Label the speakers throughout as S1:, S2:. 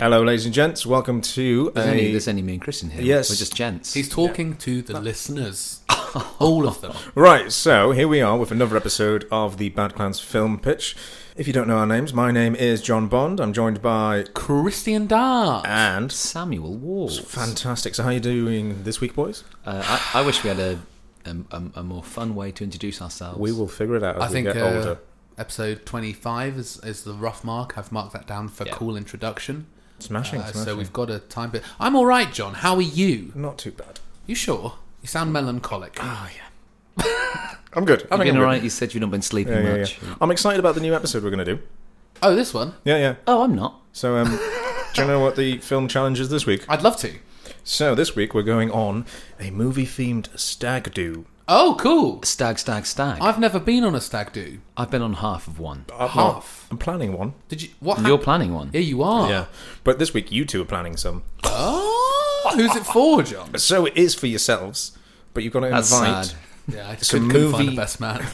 S1: Hello, ladies and gents. Welcome to
S2: There's, only,
S1: a
S2: there's only me and Chris in here.
S1: Yes.
S2: We're just gents.
S3: He's talking to the listeners, all of them.
S1: right. So here we are with another episode of the Bad Clans Film Pitch. If you don't know our names, my name is John Bond. I'm joined by
S3: Christian Dart.
S1: and
S2: Samuel Walls.
S1: fantastic. So how you doing this week, boys?
S2: Uh, I, I wish we had a, a, a, a more fun way to introduce ourselves.
S1: We will figure it out as
S3: I
S1: we
S3: think
S1: get
S3: uh,
S1: older.
S3: episode twenty-five is, is the rough mark. I've marked that down for
S2: Yeah.
S3: cool introduction.
S1: Smashing.
S3: Uh,
S1: smashing.
S3: so we've got a time. But I'm all right, John. How are you?
S1: not too bad.
S3: You sure? You sound melancholic.
S1: Oh yeah. I'm good. I think
S2: You've been
S1: I'm good.
S2: alright. You said you've not been sleeping
S1: Yeah, yeah,
S2: much.
S1: yeah. I'm excited about the new episode we're going to do.
S3: Oh, this one.
S1: Yeah, yeah.
S2: Oh, I'm not.
S1: So, um, do you know what the film challenge is this week?
S3: I'd love to.
S1: So this week we're going on a movie-themed stag do.
S3: Oh, cool.
S2: Stag, stag, stag. I've,
S3: I've never been on a stag do.
S2: been on half of one.
S1: I'm not-
S3: Half.
S1: I'm planning one.
S3: Did you? What?
S2: You're
S3: hap-
S2: planning one.
S3: yeah, you are.
S1: Yeah. But this week you two are planning some.
S3: Oh, who's it for, John?
S1: So it is for yourselves, but you've got to
S2: That's
S1: invite
S2: sad.
S3: Yeah, I just
S1: a
S3: couldn't, couldn't find
S1: movie.
S3: the best man.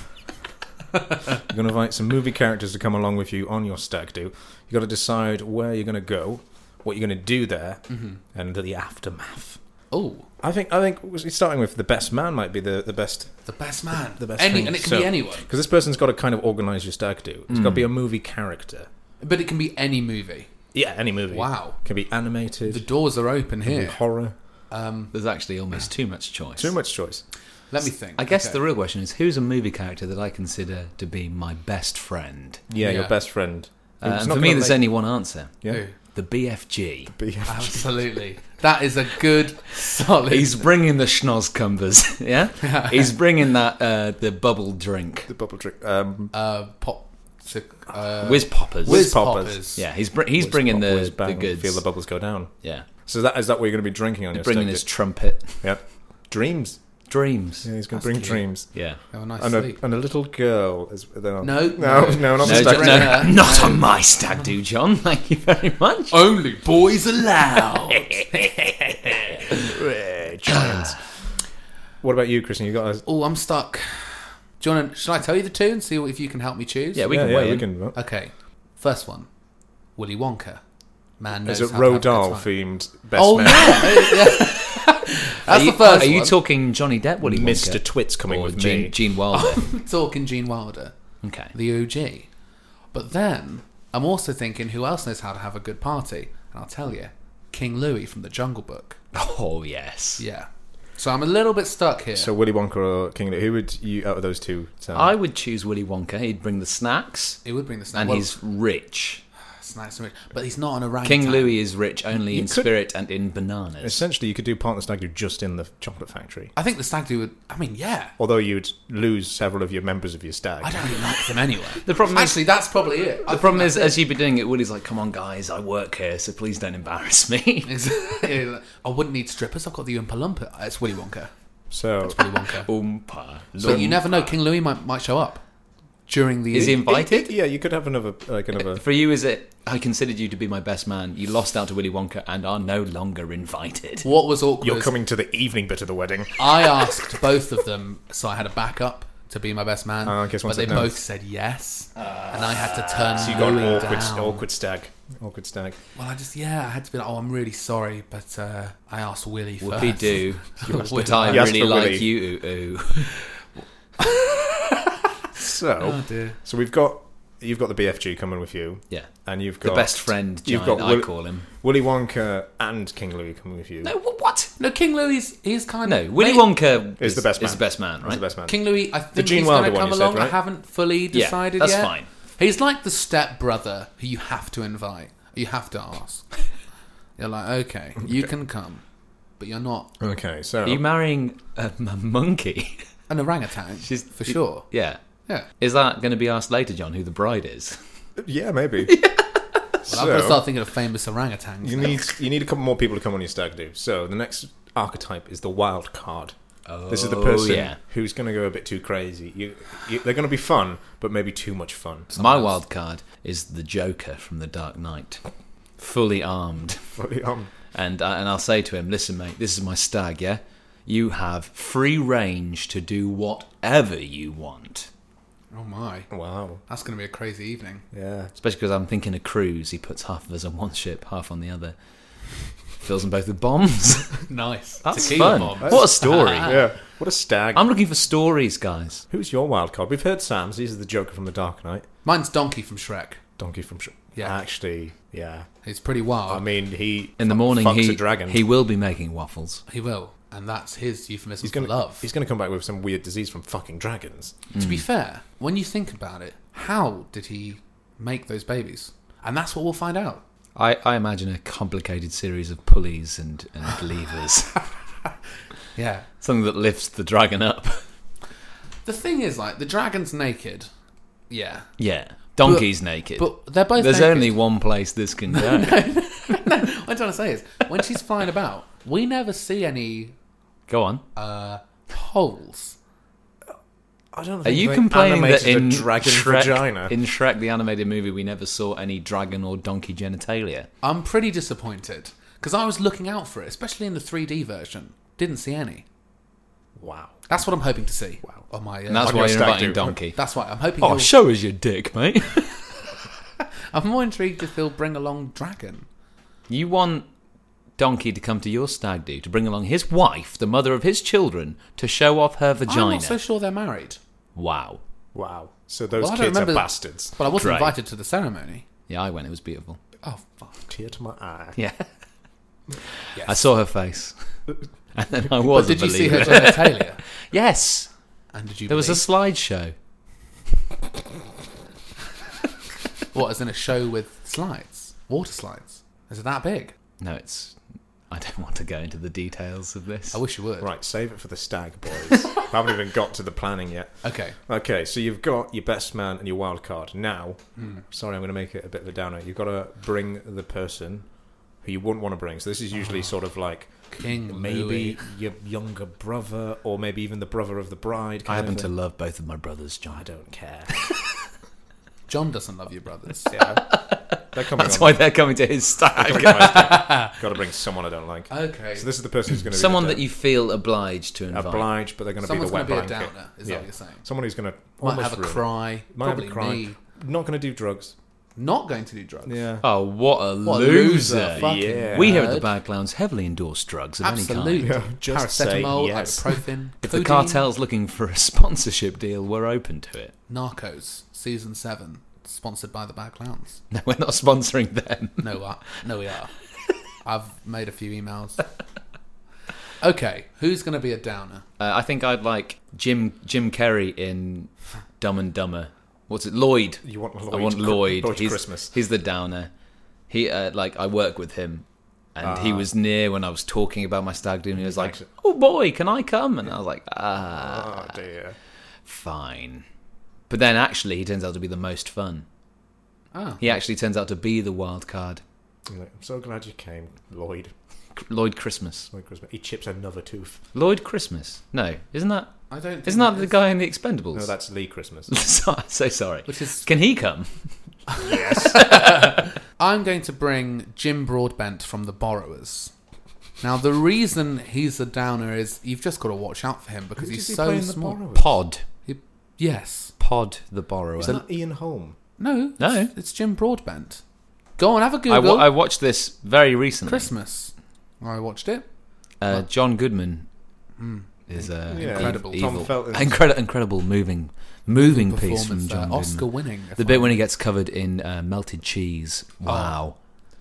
S1: you're going to invite some movie characters to come along with you on your stag do. You've got to decide where you're going to go, what you're going to do there,
S3: Mm-hmm.
S1: and the aftermath.
S3: Oh,
S1: I think I think we're starting with the best man might be the, the best
S3: the best man.
S1: the best
S3: Any,
S1: thing.
S3: and it can
S1: So-
S3: be anyone. Mm.
S1: because this person's got to kind of organise your stag do. It's got to be a movie character.
S3: But it can be any movie.
S1: Yeah, any movie.
S3: Wow.
S1: Can be animated.
S3: The doors are open
S1: can be
S3: here.
S1: horror.
S3: Um,
S2: There's actually almost too much choice.
S1: Too much choice.
S3: let me think.
S2: I guess
S3: Okay.
S2: the real question is who's a movie character that I consider to be my best friend?
S1: Yeah, your
S3: Yeah.
S1: best friend.
S2: Uh,
S1: It's
S2: and
S1: not
S2: for me,
S1: gonna
S2: there's
S1: make-
S2: only one answer
S1: Yeah.
S3: Who?
S2: the BFG.
S1: Be-
S3: Absolutely. that is a good, solid.
S2: He's bringing the schnoz cumbers, yeah. He's bringing that uh, the bubble drink,
S1: the bubble trick. Um,
S3: uh, pop. si- Uh,
S2: whiz poppers.
S1: Whiz
S3: whiz
S1: poppers.
S3: poppers.
S2: Yeah, he's br- he's bringing
S1: Pop,
S2: the
S1: whiz, bang,
S2: the goods.
S1: Feel the bubbles go down.
S2: yeah,
S1: So that is that what you're going to be drinking on your
S2: bringing
S1: steak
S2: his
S1: day?
S2: trumpet.
S1: Yep. Dreams.
S2: Dreams.
S1: Yeah,
S2: Yeah.
S1: he's going
S3: That's
S1: to bring
S3: cute.
S1: dreams.
S3: Have a nice
S1: And a,
S3: sleep.
S1: and a little girl. Is, they're not-
S3: No,
S1: no,
S3: no.
S1: no, not
S2: No,
S1: the
S2: John,
S1: stag do.
S2: no,
S3: Jack-
S2: not on my stag do, John. Thank you very much.
S3: Only boys allowed.
S1: Giants. What about you, Christian? You got a,
S3: oh, I'm stuck. Do you want to, should I tell you the two and see what- if you can help me choose?
S2: Yeah, we
S1: yeah,
S2: can
S1: yeah,
S2: wait.
S1: we can. well,
S3: Okay. First one Willy Wonka. Man knows
S1: Is it
S3: how to have a good
S1: Rodal
S3: time.
S1: themed best
S3: Oh,
S1: man?
S3: yeah. That's
S2: are you,
S3: the first
S2: Are you
S3: one.
S2: talking Johnny Depp? Willy
S1: Mr.
S2: Wonka?
S1: Twits coming
S2: or
S1: with
S2: Gene,
S1: me. Oh.
S2: Gene Wilder?
S3: talking Gene Wilder.
S2: okay.
S3: the OG. But then I'm also thinking, who else knows how to have a good party? And I'll tell you, King Louis from the Jungle Book.
S2: Oh yes.
S3: Yeah. So I'm a little bit stuck here.
S1: So Willy Wonka or King Lear, who would you out of those two? Sam?
S2: I would choose Willy Wonka. He'd bring the snacks,
S3: it would bring the snack.
S2: and
S3: well,
S2: he's rich.
S3: snacks and rich- but he's not an orangutan.
S2: King Louis is rich only in
S1: could-
S2: spirit and in bananas.
S1: Essentially, you could do partner stag do just in the chocolate factory.
S3: I think the stag do would. I mean, yeah.
S1: Although you'd lose several of your members of your stag.
S3: I don't really like them anyway.
S2: The problem is-
S3: actually, that's probably it.
S2: The problem is, as you've been doing it, Willie's like, "Come on, guys, I work here, so please don't embarrass me."
S3: is, I wouldn't need strippers. I've got the Oompa Loompa. It's Willy Wonka.
S1: So
S3: Willy Wonka.
S2: Oompa.
S3: but you never know. King Louis might might show up during the.
S2: Is he invited?
S1: yeah, you could have another like another.
S2: For you, is it? I considered you to be my best man. You lost out to Willy Wonka and are no longer invited.
S3: what was awkward?
S1: You're
S3: is-
S1: coming to the evening bit of the wedding.
S3: I asked both of them, so I had a backup to be my best man.
S1: Oh, okay, so one
S3: but they
S1: said no.
S3: both said yes, and I had to turn
S1: Uh, You got an
S3: Louis
S1: awkward,
S3: down.
S1: awkward stag. Awkward stag.
S3: Well, I just yeah, I had to be like, oh, I'm really sorry, but uh, I asked Willie first.
S2: Whoopie do. But I
S1: He asked
S2: really
S1: for
S2: like
S1: Willy.
S2: you. Ooh, ooh.
S1: So,
S2: Uh,
S3: Oh dear.
S1: so we've got you've got the BFG coming with you,
S2: Yeah.
S1: and you've
S2: The
S1: got
S2: best friend
S1: You've
S2: giant,
S1: got Will-
S2: I call him.
S1: Willy Uh, Wonka and King Louis coming with you.
S2: No, wh- what?
S3: No, King Louis, he's kind of
S2: No, Willy Wonka
S1: Is the best
S2: Is
S1: man.
S2: the best man,
S1: He's
S2: right?
S1: the best man.
S3: King Louis, I think
S1: Gene
S3: he's
S1: Wilder
S3: going to
S1: one
S3: come
S1: you said,
S3: along.
S1: right?
S3: I haven't fully
S2: Yeah,
S3: decided
S2: that's
S3: yet.
S2: fine.
S3: He's like the stepbrother who you have to invite. You have to ask. You're like, okay, you can come, but you're not
S1: Okay, so
S2: Are you marrying a, m- monkey?
S3: an orangutan.
S2: She's-
S3: for sure.
S2: yeah.
S3: Yeah.
S2: Is that going to be asked later, John, who the bride is?
S1: yeah, maybe.
S3: I've got to
S1: so
S3: start thinking of famous orangutans.
S1: you
S3: now.
S1: need you need a couple more people to come on your stag do. So the next archetype is the wild card. This is the
S2: Oh,
S1: person
S2: yeah.
S1: who's going to go a bit too crazy. You, you, they're going to be fun, but maybe too much fun.
S2: My wild card is the Joker from The Dark Knight, fully armed,
S1: Fully on.
S2: and I and I'll say to him, "Listen, mate, this is my stag. Yeah, you have free range to do whatever you want."
S3: Oh my,
S1: Wow.
S3: that's going to be a crazy evening.
S1: Yeah.
S2: Especially because I'm thinking a cruise. He puts half of us on one ship, half on the other. Fills them both with bombs.
S3: nice.
S2: That's
S3: Tequila
S2: fun.
S3: bombs.
S2: What a story.
S1: yeah. What a stag.
S2: I'm looking for stories, guys.
S1: Who's your wild card? We've heard Sam's. These are the Joker from The Dark Knight.
S3: Mine's Donkey from Shrek.
S1: Donkey from. Sh-
S3: Yeah.
S1: Actually, yeah.
S3: He's pretty wild.
S1: I mean, he.
S2: In the
S1: fu-
S2: morning,
S1: fucks
S2: he,
S1: a dragon.
S2: he will be making waffles.
S3: he will, and that's his euphemism
S1: he's gonna
S3: for love.
S1: He's Mm. gonna come back with some weird disease from fucking dragons.
S3: To be fair, when you think about it, how did he make those babies? And that's what we'll find out.
S2: I, I imagine a complicated series of pulleys and, and levers.
S3: Yeah.
S2: Something that lifts the dragon up.
S3: The thing is, like, the dragon's naked. Yeah.
S2: Yeah. Donkey's naked.
S3: But they're both
S2: There's
S3: naked.
S2: only one place this can go.
S3: What I'm trying to say is, when she's flying about, we never see any
S2: go on.
S3: uh, holes.
S1: I don't.
S2: Are
S1: think
S2: you
S1: they
S2: complaining
S1: animated
S2: that in
S1: a dragon
S2: Shrek,
S1: vagina?
S2: in Shrek the animated movie we never saw any dragon or donkey genitalia?
S3: I'm pretty disappointed because I was looking out for it, especially in the 3D version. Didn't see any.
S1: wow.
S3: That's what I'm hoping to see. Wow. On my, uh,
S2: And that's
S1: On
S2: why
S1: your
S2: you're
S1: stag
S2: inviting
S1: do.
S2: donkey.
S3: that's why I'm hoping.
S2: Oh,
S3: he'll-
S2: show us your dick, mate.
S3: I'm more intrigued if he'll bring along dragon.
S2: you want donkey to come to your stag do to bring along his wife, the mother of his children, to show off her
S3: I'm
S2: vagina.
S3: not so sure they're married.
S2: wow.
S1: Wow. So those
S3: Well, I don't
S1: kids are
S3: remember-
S1: bastards.
S3: But I wasn't
S2: Great.
S3: invited to the ceremony.
S2: Yeah, I went. It was beautiful.
S3: Oh, fuck.
S1: Tear to my eye.
S2: Yeah.
S3: Yes.
S2: I saw her face. and then I was
S3: But did
S2: a
S3: you see her
S2: believer.
S3: genitalia?
S2: Yes.
S3: And did you?
S2: There was a
S3: believe-
S2: slideshow.
S3: what? As in a show with slides, water slides. Is it that big?
S2: No, it's. I don't want to go into the details of this.
S3: I wish you would.
S1: Right. Save it for the stag boys. I haven't even got to the planning yet.
S3: Okay.
S1: Okay, so you've got your best man and your wild card. Now,
S3: Hmm.
S1: sorry, I'm going to make it a bit of a downer. You've got to bring the person who you wouldn't want to bring. So this is
S3: Ah.
S1: usually sort of like
S3: King
S1: maybe
S3: Louis.
S1: your younger brother, or maybe even the brother of the bride.
S2: I
S1: kind
S2: happen
S1: of
S2: to
S1: thing.
S2: love both of my brothers, John.
S1: I don't care.
S3: John doesn't love you, brothers.
S1: yeah, they're coming.
S2: That's
S1: on.
S2: why they're coming to his stag.
S1: got to bring someone I don't like.
S3: Okay.
S1: So this is the person who's going to
S2: Someone
S1: be the
S2: that you feel obliged to invite.
S1: down- oblige, but they're going to be
S3: Someone's
S1: the wet
S3: gonna be a
S1: blanket.
S3: downer, is that what you're saying?
S1: Someone who's going to
S3: might
S1: almost
S3: have a
S1: ruin it.
S3: cry.
S1: Might have
S3: probably
S1: a cry.
S3: me.
S1: Not going to do drugs.
S3: Not going to do drugs.
S1: Yeah.
S2: Oh, what a
S3: What a
S2: loser!
S3: loser. Fucking
S1: Yeah.
S2: We here at the
S3: nerd.
S2: Bad Clowns heavily endorse drugs of any
S3: Absolutely.
S2: kind.
S1: Yeah, just say
S3: Paracetamol,
S1: yes.
S3: ibuprofen,
S2: If
S3: codeine,
S2: the cartel's looking for a sponsorship deal, we're open to it.
S3: Narcos, season seven, sponsored by the Bad Clowns.
S2: No, we're not sponsoring them.
S3: No, we are. no, we are. I've made a few emails. Okay, who's going to be a downer?
S2: Uh, I think I'd like Jim Jim Carrey in Dumb and Dumber. What's it? Lloyd.
S1: You want Lloyd?
S2: I want Lloyd.
S1: Lloyd
S2: he's,
S1: Christmas.
S2: He's the downer. He uh, like I work with him, and
S1: Ah.
S2: he was near when I was talking about my stag do, and he was like,
S1: Excellent.
S2: "Oh boy, can I come?" And I was like, "Ah,
S1: Oh dear.
S2: fine." But then actually, he turns out to be the most fun.
S3: Ah,
S2: He actually turns out to be the wild card.
S1: I'm like, I'm so glad you came, Lloyd.
S2: C- Lloyd Christmas.
S1: Lloyd Christmas. He chips another tooth.
S2: Lloyd Christmas. No, isn't that
S3: I don't. Think
S2: isn't that
S3: it
S2: the
S3: is.
S2: guy in the Expendables?
S1: No, that's Lee Christmas.
S2: So- so sorry.
S3: Which is,
S2: Can he come?
S1: yes.
S3: I'm going to bring Jim Broadbent from The Borrowers. Now, the reason he's a downer is you've just got to watch out for him because he's so small.
S2: Pod.
S3: He- yes.
S2: Pod the borrower.
S1: Is that Ian Holm?
S3: No.
S2: No.
S3: It's, it's Jim Broadbent. Go on, have a
S2: I,
S3: Google.
S2: wa- I watched this very recently.
S3: Christmas. Oh, I watched it.
S2: Uh, John Goodman is uh,
S1: Yeah.
S3: Hmm. Incredible.
S2: e-
S1: Tom
S2: evil.
S1: Felton's-
S2: Incredi- incredible moving, moving piece
S3: Performance
S2: from
S3: there.
S2: John Goodman.
S3: Oscar winning.
S2: The bit when he gets covered in uh, melted cheese. Wow,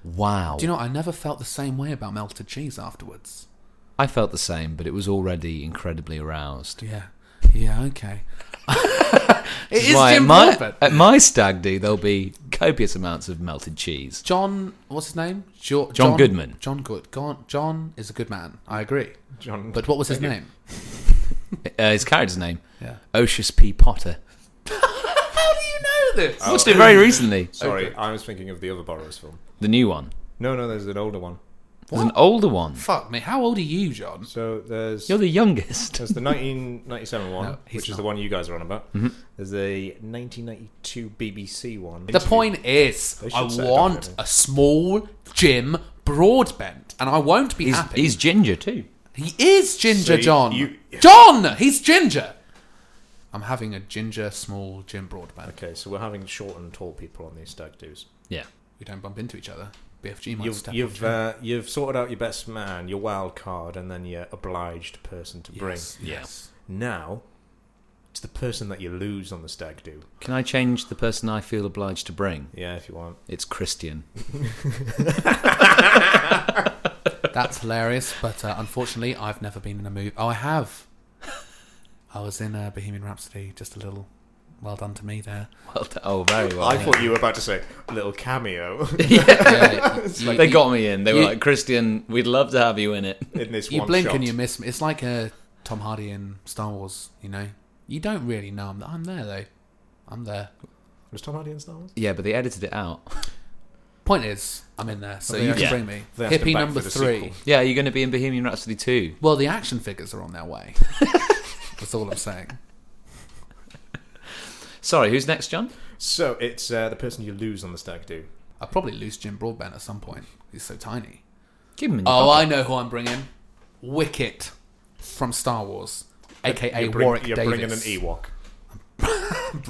S2: wow.
S3: Oh. Do you know, I never felt the same way about melted cheese afterwards.
S2: I felt the same, but it was already incredibly aroused.
S3: Yeah. Yeah, okay. it
S2: That's
S3: is
S2: why
S3: Jim
S2: at my,
S3: Broadbent.
S2: at my stag do, there'll be copious amounts of melted cheese.
S3: John, what's his name? Jo- John,
S2: Goodman.
S3: John Good. Gon- John is a good man. I agree.
S1: John.
S3: But what was his name?
S2: Uh, his character's name,
S3: Yeah.
S2: Osius P. Potter.
S3: How do you know this?
S2: I watched it very recently.
S1: Sorry, I was thinking of the other Borrowers film.
S2: The new one.
S1: No, no, there's an older one.
S2: There's an older one.
S3: Fuck me. How old are you, John?
S1: So there's
S2: You're the youngest.
S1: there's the 1997 one,
S3: No, he's
S1: which is
S3: not. Mm-hmm.
S1: the one you guys are on about. There's the 1992 BBC one.
S3: The point is,
S1: They should
S3: I
S1: set it up,
S3: want
S1: really.
S3: a small Jim Broadbent, and I won't be
S2: He's,
S3: happy.
S2: he's ginger too.
S3: he is Ginger
S1: See,
S3: John.
S1: you-
S3: John, he's Ginger. I'm having a ginger, small Jim Broadbent.
S1: Okay, so we're having short and tall people on these stag do's.
S2: Yeah.
S3: We don't bump into each other. BFG might
S1: You've
S3: step
S1: you've
S3: on
S1: uh, you've sorted out your best man, your wild card, and then your obliged person to bring.
S3: Yes,
S2: Yeah.
S3: yes.
S1: Now, it's the person that you lose on the stag do.
S2: Can I change the person I feel obliged to bring?
S1: Yeah, if you want.
S2: It's Christian.
S3: That's hilarious, but uh, unfortunately, I've never been in a movie. Oh, I have. I was in uh, Bohemian Rhapsody. Just a little. Well done to me there.
S2: Well, d- oh, very well.
S1: I thought you were about to say little cameo
S3: Yeah, you-
S2: they
S3: you-
S2: got me in. They were
S3: you-
S2: like, Christian, we'd love to have you in it.
S1: in this
S3: You
S1: one
S3: blink
S1: shot.
S3: and you miss me. It's like uh, Tom Hardy in Star Wars. You know, you don't really know I'm. I'm there though. I'm there.
S1: Was Tom Hardy in Star Wars?
S2: Yeah, but they edited it out.
S3: Point is, I'm in there, so
S1: Well, they
S3: you
S1: asked-
S3: can
S2: yeah.
S3: bring me.
S1: they asked him
S3: Hippie
S1: back
S3: number
S1: for the
S3: three.
S1: sequel.
S2: Yeah, you're going to be in Bohemian Rhapsody too.
S3: Well, the action figures are on their way. That's all I'm saying.
S2: Sorry, who's next, John?
S1: So it's uh, the person you lose on the stag do.
S3: I'll probably lose Jim Broadbent at some point. He's so tiny.
S2: Give him.
S3: Oh, I know who I'm bringing. Wicket from Star Wars, aka
S1: you're bring-
S3: Warwick
S1: You're
S3: Davis.
S1: bringing an Ewok.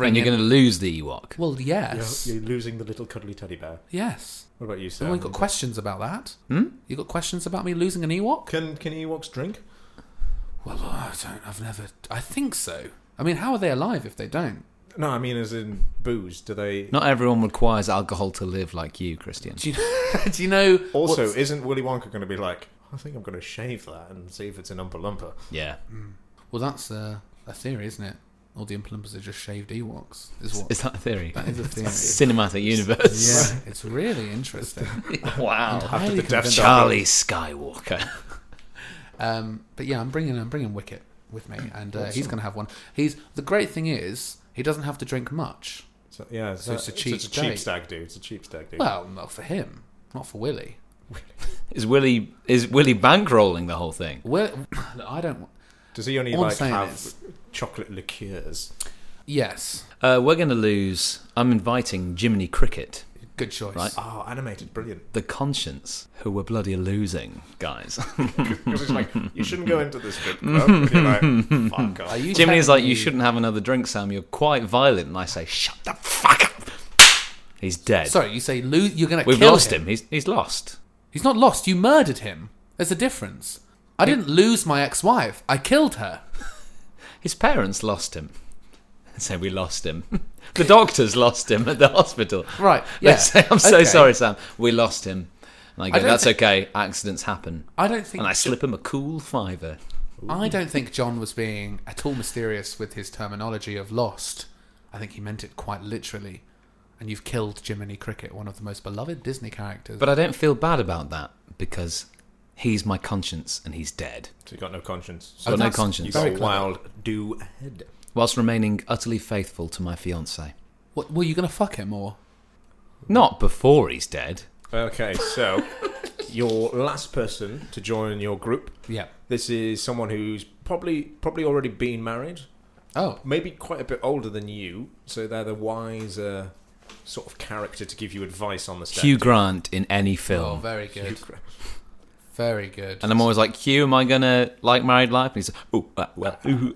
S2: and you're going to lose the Ewok.
S3: Well, yes, Oh
S1: You're, you're losing the little cuddly teddy bear.
S3: yes.
S1: What about you, Sam?
S3: Anyone got questions about that?
S1: Hmm?
S3: You got questions about me losing an Ewok?
S1: can can Ewoks drink?
S3: Well, I don't. I've never. I think so. I mean, how are they alive if they don't?
S1: No, I mean as in booze. Do they?
S2: Not everyone requires alcohol to live like you, Christian.
S3: Do you, do you know?
S1: Also,
S3: what's-
S1: isn't Willy Wonka going to be like? I think I'm going to shave that and see if it's an umpa lumpa.
S2: Yeah.
S3: well, that's a, a theory, isn't it? All the Implumpers are just shaved Ewoks. Is what
S2: Is that a theory?
S3: that is a theory.
S2: Cinematic universe.
S3: yeah, it's really interesting.
S2: wow.
S1: After the Death Star,
S2: Charlie Skywalker.
S3: Um, but yeah, I'm bringing I'm bringing Wicket with me,
S2: Mm,
S3: and uh, he's going to have one. He's the great thing is he doesn't have to drink much.
S1: So, yeah, so,
S3: it's a cheap
S1: it's a cheap
S3: date.
S1: stag do. It's a cheap stag do.
S3: Well, not for him, not for Willie.
S2: Is Willie is Willie bankrolling the whole thing?
S3: Will I don't.
S1: Does he only
S3: All I'm
S1: like
S3: saying
S1: have
S3: is-
S1: chocolate liqueurs?
S3: Yes,
S2: Uh, we're going to lose. I'm inviting Jiminy Cricket,
S3: good choice.
S2: Right.
S1: Oh, animated, brilliant.
S2: the conscience, who we're bloody losing, guys.
S1: Because it's like you shouldn't go into this strip club. And you're like, Fuck
S3: Are
S1: off.
S3: you
S2: Jiminy's
S3: telling
S2: like, you
S3: me-
S2: shouldn't have another drink, Sam. You're quite violent. And I say, shut the fuck up. He's dead.
S3: Sorry, you say lose. You're going to.
S2: We've
S3: kill
S2: lost
S3: him.
S2: him. He's, he's lost.
S3: He's not lost. You murdered him. There's a difference. I didn't lose my ex-wife. I killed her.
S2: His parents lost him. So we lost him. The doctors lost him at the hospital.
S3: Right.
S2: They
S3: Yeah.
S2: say, I'm so
S3: okay.
S2: sorri sorry, Sam. We lost him. And I go,
S3: don't
S2: that's
S3: thi-
S2: okay. Accidents happen.
S3: I don't think.
S2: And I slip him a cool fiver.
S3: I don't think John was being at all mysterious with his terminology of lost. I think he meant it quite literally. And you've killed Jiminy Cricket, one of the most beloved Disney characters.
S2: But I don't feel bad about that because he's my conscience and he's dead.
S1: So you got no conscience.
S2: I've
S1: So
S2: got no
S3: that's-
S1: you
S2: conscience.
S1: got
S3: very
S1: a
S3: clever.
S1: wild do ahead.
S2: Whilst remaining utterly faithful to my fiance.
S3: what, were you going to fuck him or?
S2: Not before he's dead.
S1: Okay, so your last person to join your group.
S3: Yeah.
S1: This is someone who's probably probably already been married,
S3: Oh,
S1: maybe quite a bit older than you. So they're the wiser sort of character to give you advice on the stag.
S2: Hugh Grant in any
S3: oh,
S2: film.
S3: very good,
S1: Hugh-
S3: very good.
S2: And I'm always like, Hugh, am I gonna like married life? And he's like, oh, uh, well, ooh,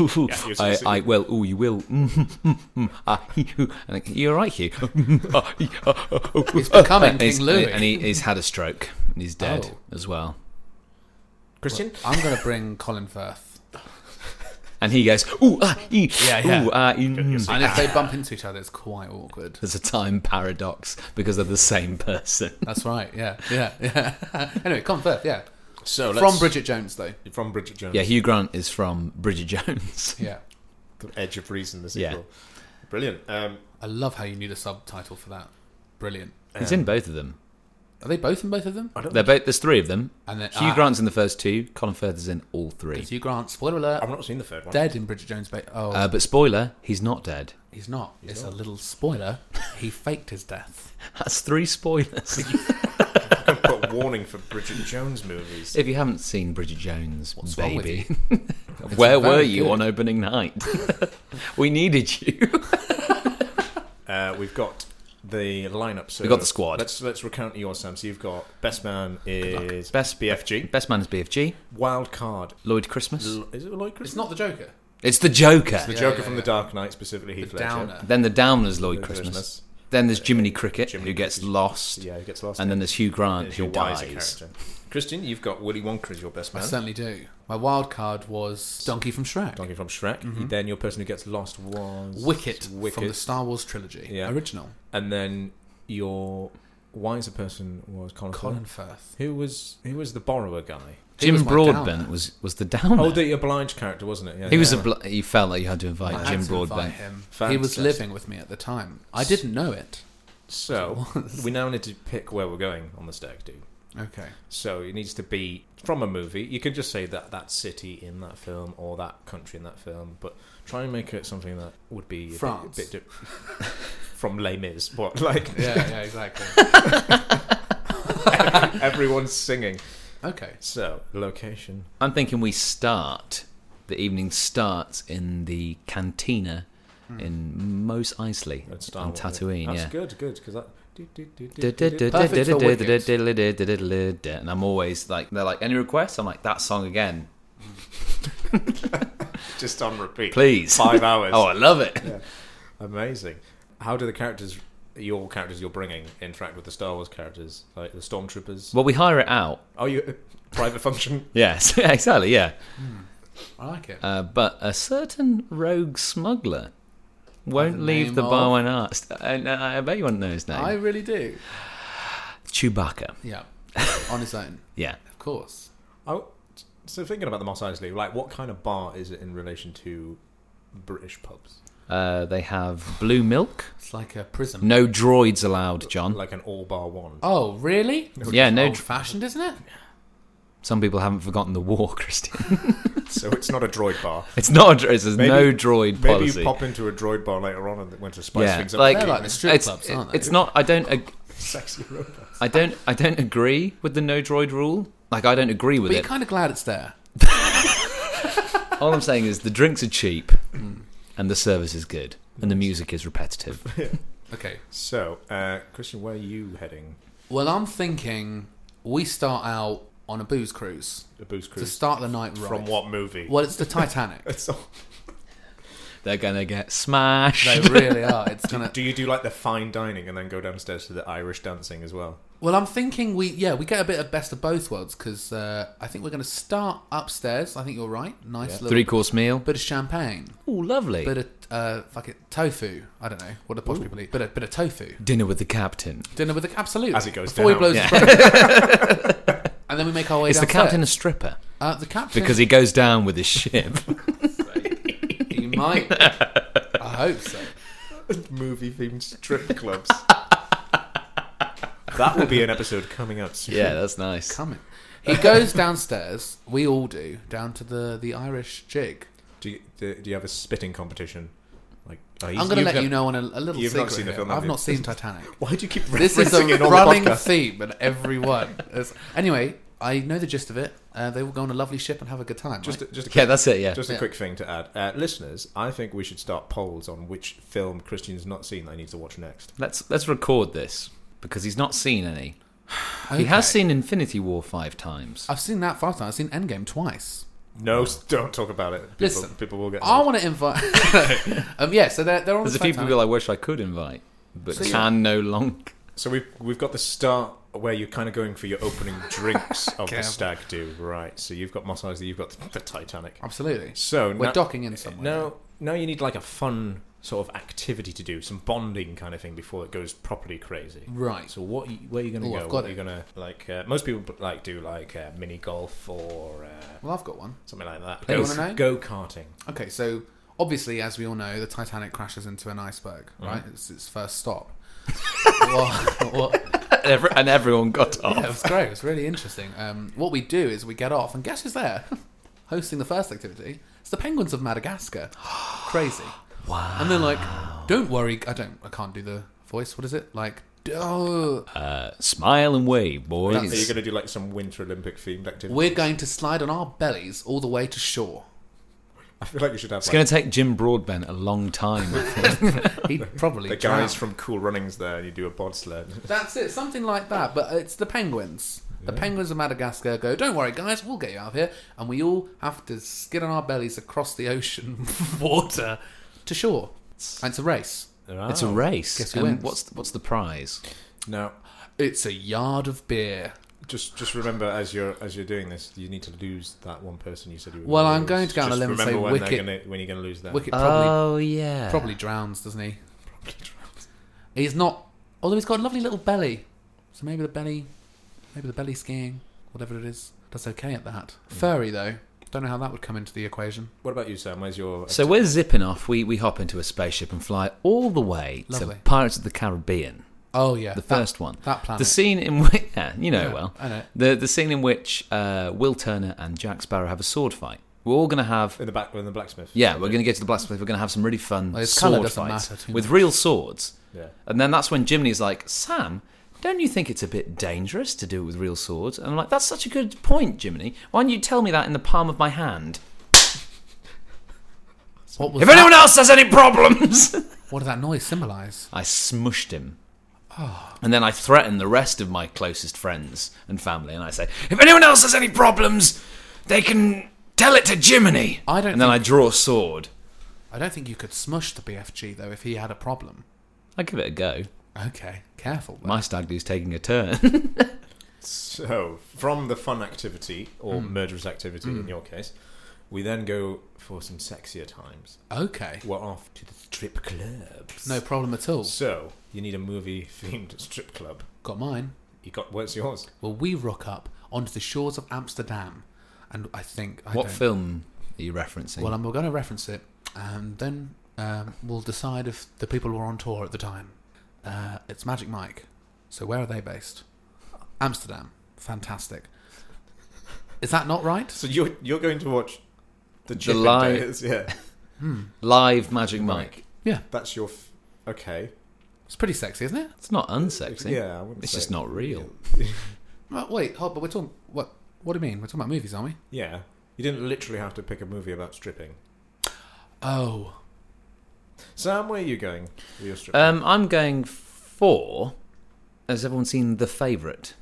S2: ooh,
S1: Yeah, you're
S2: I,
S1: so
S2: I, well, ooh, you will. Mm, mm, mm, mm, ah, hee, hoo. and I, you're right, Hugh. Mm, ah, hee, ah, ah, oh,
S3: He's
S2: ah.
S3: becoming
S2: And he's-
S3: King Louis.
S2: And he, he's had a stroke, and he's dead
S3: Oh.
S2: as well.
S1: Christian.
S3: I'm going to bring Colin Firth.
S2: And he goes, ooh, ah, ee,
S3: Yeah, yeah.
S2: ooh, ah, ee, mm.
S3: And if they bump into each other, it's quite awkward.
S2: There's a time paradox because they're the same person.
S3: That's right. Yeah, yeah, yeah. anyway, Colin Firth. Yeah,
S1: So
S3: from Bridget Jones though.
S1: from Bridget Jones.
S2: Yeah, Hugh Grant is from Bridget Jones.
S3: Yeah,
S1: The Edge of Reason. The
S2: Yeah.
S1: sequel. Brilliant. Um,
S3: I love how you need a subtitle for that. Brilliant.
S2: He's in both of them.
S3: Are they both in both of them?
S1: I don't.
S2: They're both. There's three of them.
S3: And then
S2: Hugh
S3: ah,
S2: Grant's in the first two. Colin Firth is in all three.
S3: It's Hugh Grant. Spoiler alert.
S1: I've not seen the third one.
S3: dead in Bridget Jones' Bay. Oh,
S2: Uh, but spoiler, he's not dead.
S3: he's not. it's a little spoiler. he faked his death.
S2: That's three spoilers.
S1: I've put warning for Bridget Jones movies.
S2: if you haven't seen Bridget Jones,
S3: What's wrong with
S2: baby,
S3: It's
S2: where were
S3: very
S2: you
S3: good.
S2: on opening night? we needed you.
S1: Uh, we've got the lineup. So
S2: We've got the squad.
S1: Let's let's recount yours, Sam. So you've got best man is
S2: Best-
S1: BFG.
S2: Best man is BFG.
S1: Wild card.
S2: Lloyd Christmas.
S1: L- Is it Lloyd Christmas?
S3: It's not the Joker.
S2: It's the Joker.
S1: The
S3: Yeah,
S1: Joker
S3: yeah,
S1: from
S3: yeah.
S1: the Dark Knight, specifically Heath Ledger.
S3: Downer.
S2: then the Downer's Lloyd
S1: Merry
S2: Christmas. Then there's Jiminy Cricket,
S1: Jiminy
S2: who gets
S1: Cricket.
S2: lost.
S1: Yeah, he gets lost.
S2: And then there's Hugh Grant,
S1: There's
S2: who
S1: your wiser
S2: dies.
S1: character. Christian, you've got Willy Wonka as your best
S3: I
S1: man.
S3: certainly do. My wild card was Donkey from Shrek.
S1: Donkey from Shrek.
S2: Mm-hmm.
S1: Then your person who gets lost was
S3: Wicket, from
S1: Wicket.
S3: the Star Wars trilogy,
S1: Yeah.
S3: original.
S1: and then your wiser person was Colin.
S3: Colin
S1: Firth.
S3: Firth.
S1: Who was who was the borrower guy?
S3: He
S2: Jim
S3: was my
S2: Broadbent
S3: Downer.
S2: was, was the Downer.
S1: Oh, the obliged character, wasn't it? Yeah,
S2: he was
S1: yeah.
S2: a bl- he felt like you had to invite
S3: I had
S2: Jim
S3: to invite
S2: Broadbent.
S3: him. He was
S1: Fantastic.
S3: living with me at the time. I didn't know it.
S1: So we now need to pick where we're going on the stack, dude.
S3: Okay.
S1: So it needs to be from a movie. You can just say that that city in that film or that country in that film, but try and make it something that would be a bit-
S3: France.
S1: a bit, di- from Les Mis. What like
S3: Yeah, yeah, exactly.
S1: everyone's singing.
S3: okay.
S1: So location.
S2: I'm thinking we start. The evening starts in the cantina
S3: Hmm.
S2: in Mos Eisley
S1: Let's start
S2: on
S1: with-
S2: Tatooine.
S1: That's
S2: yeah.
S1: good, good because that. do, do, do, do, do, do.
S3: Perfect for Wicked.
S2: and I'm always like, they're like, any requests? I'm like, that song again,
S1: Just on repeat.
S2: please.
S1: Five hours.
S2: Oh, I love it.
S1: Amazing. How do the characters, your characters you're bringing, interact with the Star Wars characters, like the stormtroopers?
S2: Well, we hire it out.
S1: Are you private function?
S2: Yes, exactly. Yeah,
S3: I like it.
S2: uh, but a certain rogue smuggler won't
S3: the
S2: leave
S3: name
S2: the bar
S3: of-
S2: when asked, and uh, I bet you won't know his name.
S3: I really do.
S2: Chewbacca.
S3: Yeah. On his own,
S2: Yeah.
S3: of course.
S1: Oh, so thinking about the Moss Eisley, like what kind of bar is it in relation to British pubs?
S2: Uh, they have blue milk.
S3: It's like a prison.
S2: No droids allowed, John.
S1: Like an all bar one.
S3: Oh, really?
S2: Yeah, no
S3: Old
S2: dr-
S3: fashioned, isn't it?
S2: Some people haven't forgotten the war, Christian.
S1: so it's not a droid bar.
S2: It's not a droid. There's
S1: Maybe-
S2: no droid
S1: Maybe
S2: policy.
S1: you pop into a droid bar later on and went to spice
S2: Yeah,
S1: things up.
S2: like-
S1: a
S3: They're
S1: bit.
S3: like the strip
S2: it's,
S3: clubs, aren't they?
S2: It's not. I don't. ag-
S1: sexy robots.
S2: I don't. I don't agree with the no droid rule. Like I don't agree with
S3: But you're
S2: it.
S3: kind of glad it's there.
S2: All I'm saying is the drinks are cheap, and the service is good, and the music is repetitive.
S3: Okay.
S1: So, uh, Christian, where are you heading?
S3: Well, I'm thinking we start out on a booze cruise
S1: A booze
S3: to
S1: cruise.
S3: start the night right.
S1: From what movie?
S3: Well, it's the Titanic.
S1: It's all-
S2: They're gonna get
S3: they
S2: smashed.
S3: really are. It's gonna.
S1: Do you do like the fine dining and then go downstairs to the Irish dancing as well?
S3: Well, I'm thinking we yeah we get a bit of best of both worlds because uh, I think we're going to start upstairs. I think you're right. Nice little
S2: Three course meal.
S3: bit of champagne,
S2: Oh, lovely.
S3: bit of uh, fuck it, tofu. I don't know what the posh people eat. Bit of bit of tofu.
S2: Dinner with the captain.
S3: Dinner with the absolute
S1: As it goes
S3: before
S1: down.
S3: he blows
S2: Yeah.
S3: his brains. and then we make our way.
S2: Is the
S3: downstairs.
S2: captain a stripper?
S3: Uh, the captain
S2: Because he goes down with his ship.
S3: he might. I hope so.
S1: Movie themed strip clubs. that will be an episode coming up soon.
S2: yeah, that's nice.
S3: Coming. He goes downstairs. We all do down to the the Irish jig.
S1: Do you, do, do you have a spitting competition? Like, oh, he's-
S3: I'm going to
S1: you've
S3: let
S1: got-
S3: you know on a, a little
S1: You've not
S3: secret.
S1: seen the
S3: here.
S1: film, have
S3: I've
S1: you?
S3: not seen Titanic.
S1: Why do you keep referencing
S3: this is a
S1: it on
S3: running
S1: the podcast?
S3: theme in every one. It's- anyway, I know the gist of it. Uh, they will go on a lovely ship and have a good time.
S1: Just,
S3: right?
S1: a, just, a
S2: Yeah,
S1: quick,
S2: that's it. Yeah.
S1: just a
S3: Yeah.
S1: quick thing to add, uh, listeners. I think we should start polls on which film Christian's not seen that he needs to watch next.
S2: Let's let's record this because he's not seen any. He
S3: Okay.
S2: has seen Infinity War five times.
S3: I've seen that five times. I've seen Endgame twice.
S1: No, s- don't talk about it. People,
S3: Listen,
S1: people will get.
S3: I want to invite. um, yeah, so they're, they're on.
S2: There's a
S3: the
S2: few
S3: Titanic.
S2: people I wish I could invite, but
S3: So you-
S2: can no longer.
S1: So we've we've got the start where you're kind of going for your opening drinks of the
S3: Careful.
S1: stag do, right? So you've got Moss Eisley, you've got the Titanic.
S3: Absolutely.
S1: So
S3: Um, We're
S1: now,
S3: docking in somewhere.
S1: now now you need like a fun sort of activity to do, some bonding kind of thing before it goes properly crazy.
S3: Right.
S1: So what you, where are you going to
S3: Ooh,
S1: go?
S3: I've got
S1: what are
S3: it.
S1: you going to like? Uh, most people like do like uh, mini golf or uh,
S3: Well, I've got one.
S1: something like that.
S3: Hey, you wanna know?
S1: go karting.
S3: Okay, so obviously, as we all know, the Titanic crashes into an iceberg. Right. It's its first stop. what, what,
S2: And, every, and everyone got off.
S3: Yeah, it was great. It was really interesting. Um, what we do is we get off, and guess who's there? Hosting the first activity. It's the penguins of Madagascar. Crazy.
S2: Wow.
S3: And they're like, "Don't worry, I don't, I can't do the voice. What is it like?" Oh,
S2: Uh, smile and wave, boys.
S1: Are you going to do like some Winter Olympic themed activity?
S3: we're going to slide on our bellies all the way to shore.
S1: I feel like you should have
S2: It's
S1: like,
S2: going to take Jim Broadbent a long time.
S3: He'd probably
S1: the guys
S3: drown.
S1: from Cool Runnings there, and you do a bobsled.
S3: That's it, something like that. But it's the penguins. The penguins of Madagascar go, "Don't worry, guys, we'll get you out of here," and we all have to skid on our bellies across the ocean water to shore. And it's a race.
S2: It's a race.
S3: Oh, Guess who
S2: And
S3: wins?
S2: What's the, what's the prize?
S1: No,
S3: It's a yard of beer.
S1: just just remember as you're as you're doing this, you need to lose that one person you said you were.
S3: Well,
S1: gonna
S3: I'm going
S1: lose.
S3: to go on a
S1: Just
S3: limb and
S1: remember
S3: say
S1: when they're
S3: Wicket-
S1: Gonna, when you're going to lose that.
S3: Wicket probably
S2: oh yeah.
S3: probably drowns, doesn't he? Probably drowns. He's not. Although he's got a lovely little belly, so maybe the belly, maybe the belly skiing, whatever it is, does okay at that. Furry though, don't know how that would come into the equation.
S1: What about you, Sam? Where's your?
S2: So
S3: uh,
S2: we're zipping off. We we hop into a spaceship and fly all the way
S3: Lovely.
S2: to Pirates of the Caribbean,
S3: Oh yeah,
S2: the
S3: that-
S2: first one.
S3: that planet.
S2: The scene in which yeah, you know
S3: uh, Yeah,
S2: well.
S3: I know.
S2: The the scene in which uh, Will Turner and Jack Sparrow have a sword fight. We're all gonna have
S1: in the back in the blacksmith.
S2: yeah. We're gonna go to the blacksmith. We're gonna have some really fun
S3: Well, his colour
S2: sword
S3: doesn't
S2: fights
S3: matter too
S2: with real swords.
S1: Yeah.
S2: And then that's when Jiminy's like, Sam, don't you think it's a bit dangerous to do it with real swords? And I'm like, that's such a good point, Jiminy. Why don't you tell me that in the palm of my hand?
S3: What was
S2: If
S3: that?
S2: anyone else has any problems,
S3: What did that noise symbolise?
S2: I smushed him.
S3: Ah.
S2: And then I threatened the rest of my closest friends and family, and I say, if anyone else has any problems, they can tell it to Jiminy.
S3: I don't
S2: And then I
S3: think-
S2: draw a sword.
S3: I don't think you could smush the BFG though if he had a problem.
S2: I give it a go.
S3: Okay, careful. though.
S2: My stag do's taking a turn.
S1: So from the fun activity or
S3: Hmm.
S1: murderous activity in your case, we then go for some sexier times.
S3: Okay,
S1: We're off to the strip clubs.
S3: no problem at all.
S1: So you need a movie themed strip club.
S3: Got mine.
S1: You got what's yours?
S3: Well, we rock up onto the shores of Amsterdam, and I think I
S2: what
S3: don't-
S2: film are you referencing?
S3: Well, I'm going to reference it, and then um, we'll decide if the people were on tour at the time. Uh, it's Magic Mike. So where are they based? Amsterdam. Fantastic. Is that not right?
S1: So you're you're going to watch the Chip
S2: live-
S1: Days, yeah.
S2: Live Magic Mike.
S3: Yeah,
S1: That's your f- okay.
S3: it's pretty sexy, isn't it?
S2: It's not unsexy.
S1: Yeah, I wouldn't
S2: It's
S1: say-
S2: just not real.
S3: Well, wait, hold, but we're talking. What? What do you mean? We're talking about movies, aren't we?
S1: Yeah, you didn't literally have to pick a movie about stripping.
S3: Oh,
S1: Sam, where are you going with your stripping?
S2: Um, I'm going for. Has everyone seen The Favourite?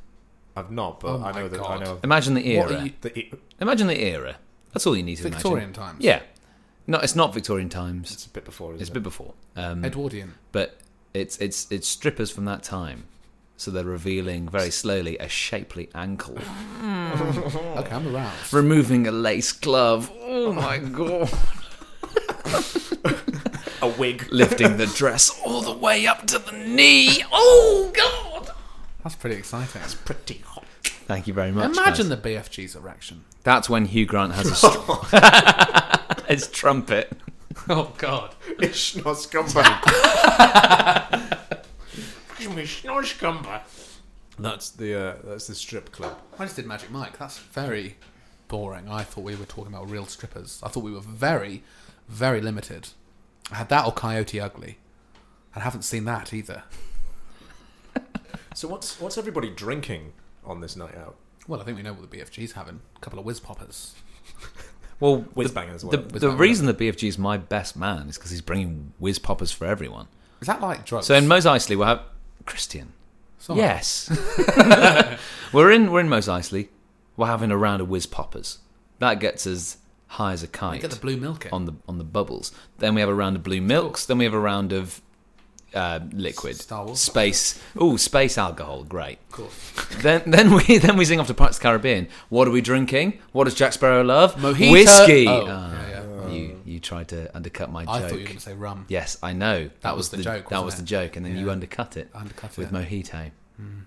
S1: I've not, but
S3: oh my
S1: I know that
S3: God.
S1: I know
S2: Imagine the
S3: What are
S2: era.
S3: you-
S1: that. It,
S2: Imagine the era. That's all you need to
S3: Victorian
S2: imagine.
S3: times.
S2: Yeah. No, it's not Victorian times.
S1: it's a bit before. Isn't
S2: It's a
S1: it?
S2: bit before. Um,
S3: Edwardian.
S2: but it's it's it's strippers from that time. So they're revealing very slowly a shapely ankle,
S3: Okay, I'm aroused.
S2: removing a lace glove. Oh my god!
S1: a wig.
S2: Lifting the dress all the way up to the knee. Oh god!
S3: That's pretty exciting.
S1: Pretty hot.
S2: Thank you very much.
S3: Imagine
S2: guys.
S3: the BFG's erection.
S2: That's when Hugh Grant has a str- his trumpet.
S3: Oh God.
S1: It's not scumbag. It's not scumbag. That's the uh, that's the strip club.
S3: I just did Magic Mike. That's very boring. I thought we were talking about real strippers. I thought we were very, very limited. I had that or Coyote Ugly. I haven't seen that either.
S1: So what's what's everybody drinking on this night out?
S3: Well, I think we know what the BFG's having. A couple of whiz poppers.
S2: Well,
S1: Whiz
S2: the,
S1: bang as well.
S2: the,
S1: Whiz
S2: the
S3: bang.
S2: reason the BFG is my best man is because he's bringing whiz poppers for everyone.
S3: Is that like drugs?
S2: So in Mos Eisley, we'll have Christian.
S3: Sorry.
S2: Yes, we're in we're in Mos Eisley. We're having a round of whiz poppers. That gets us high as a
S3: Get the
S2: kite
S3: blue milk in.
S2: on the on the bubbles. Then we have a round of blue milks. Then we have a round of uh, liquid
S3: Star Wars.
S2: space. Ooh, space alcohol. Great.
S3: Cool.
S2: Then, then we then we sing off to Pirates of the Caribbean. What are we drinking? What does Jack Sparrow love?
S3: Mojito.
S2: Whiskey.
S3: Oh,
S2: Ah,
S3: yeah, yeah.
S2: You you tried to undercut my
S3: I
S2: joke.
S3: thought you were going to say rum.
S2: yes, I know. That,
S3: was the joke,
S2: That
S3: wasn't
S2: was the
S3: it?
S2: joke, and then you
S3: Yeah.
S2: undercut it
S3: I undercut
S2: with
S3: it. Mm.
S2: mojito.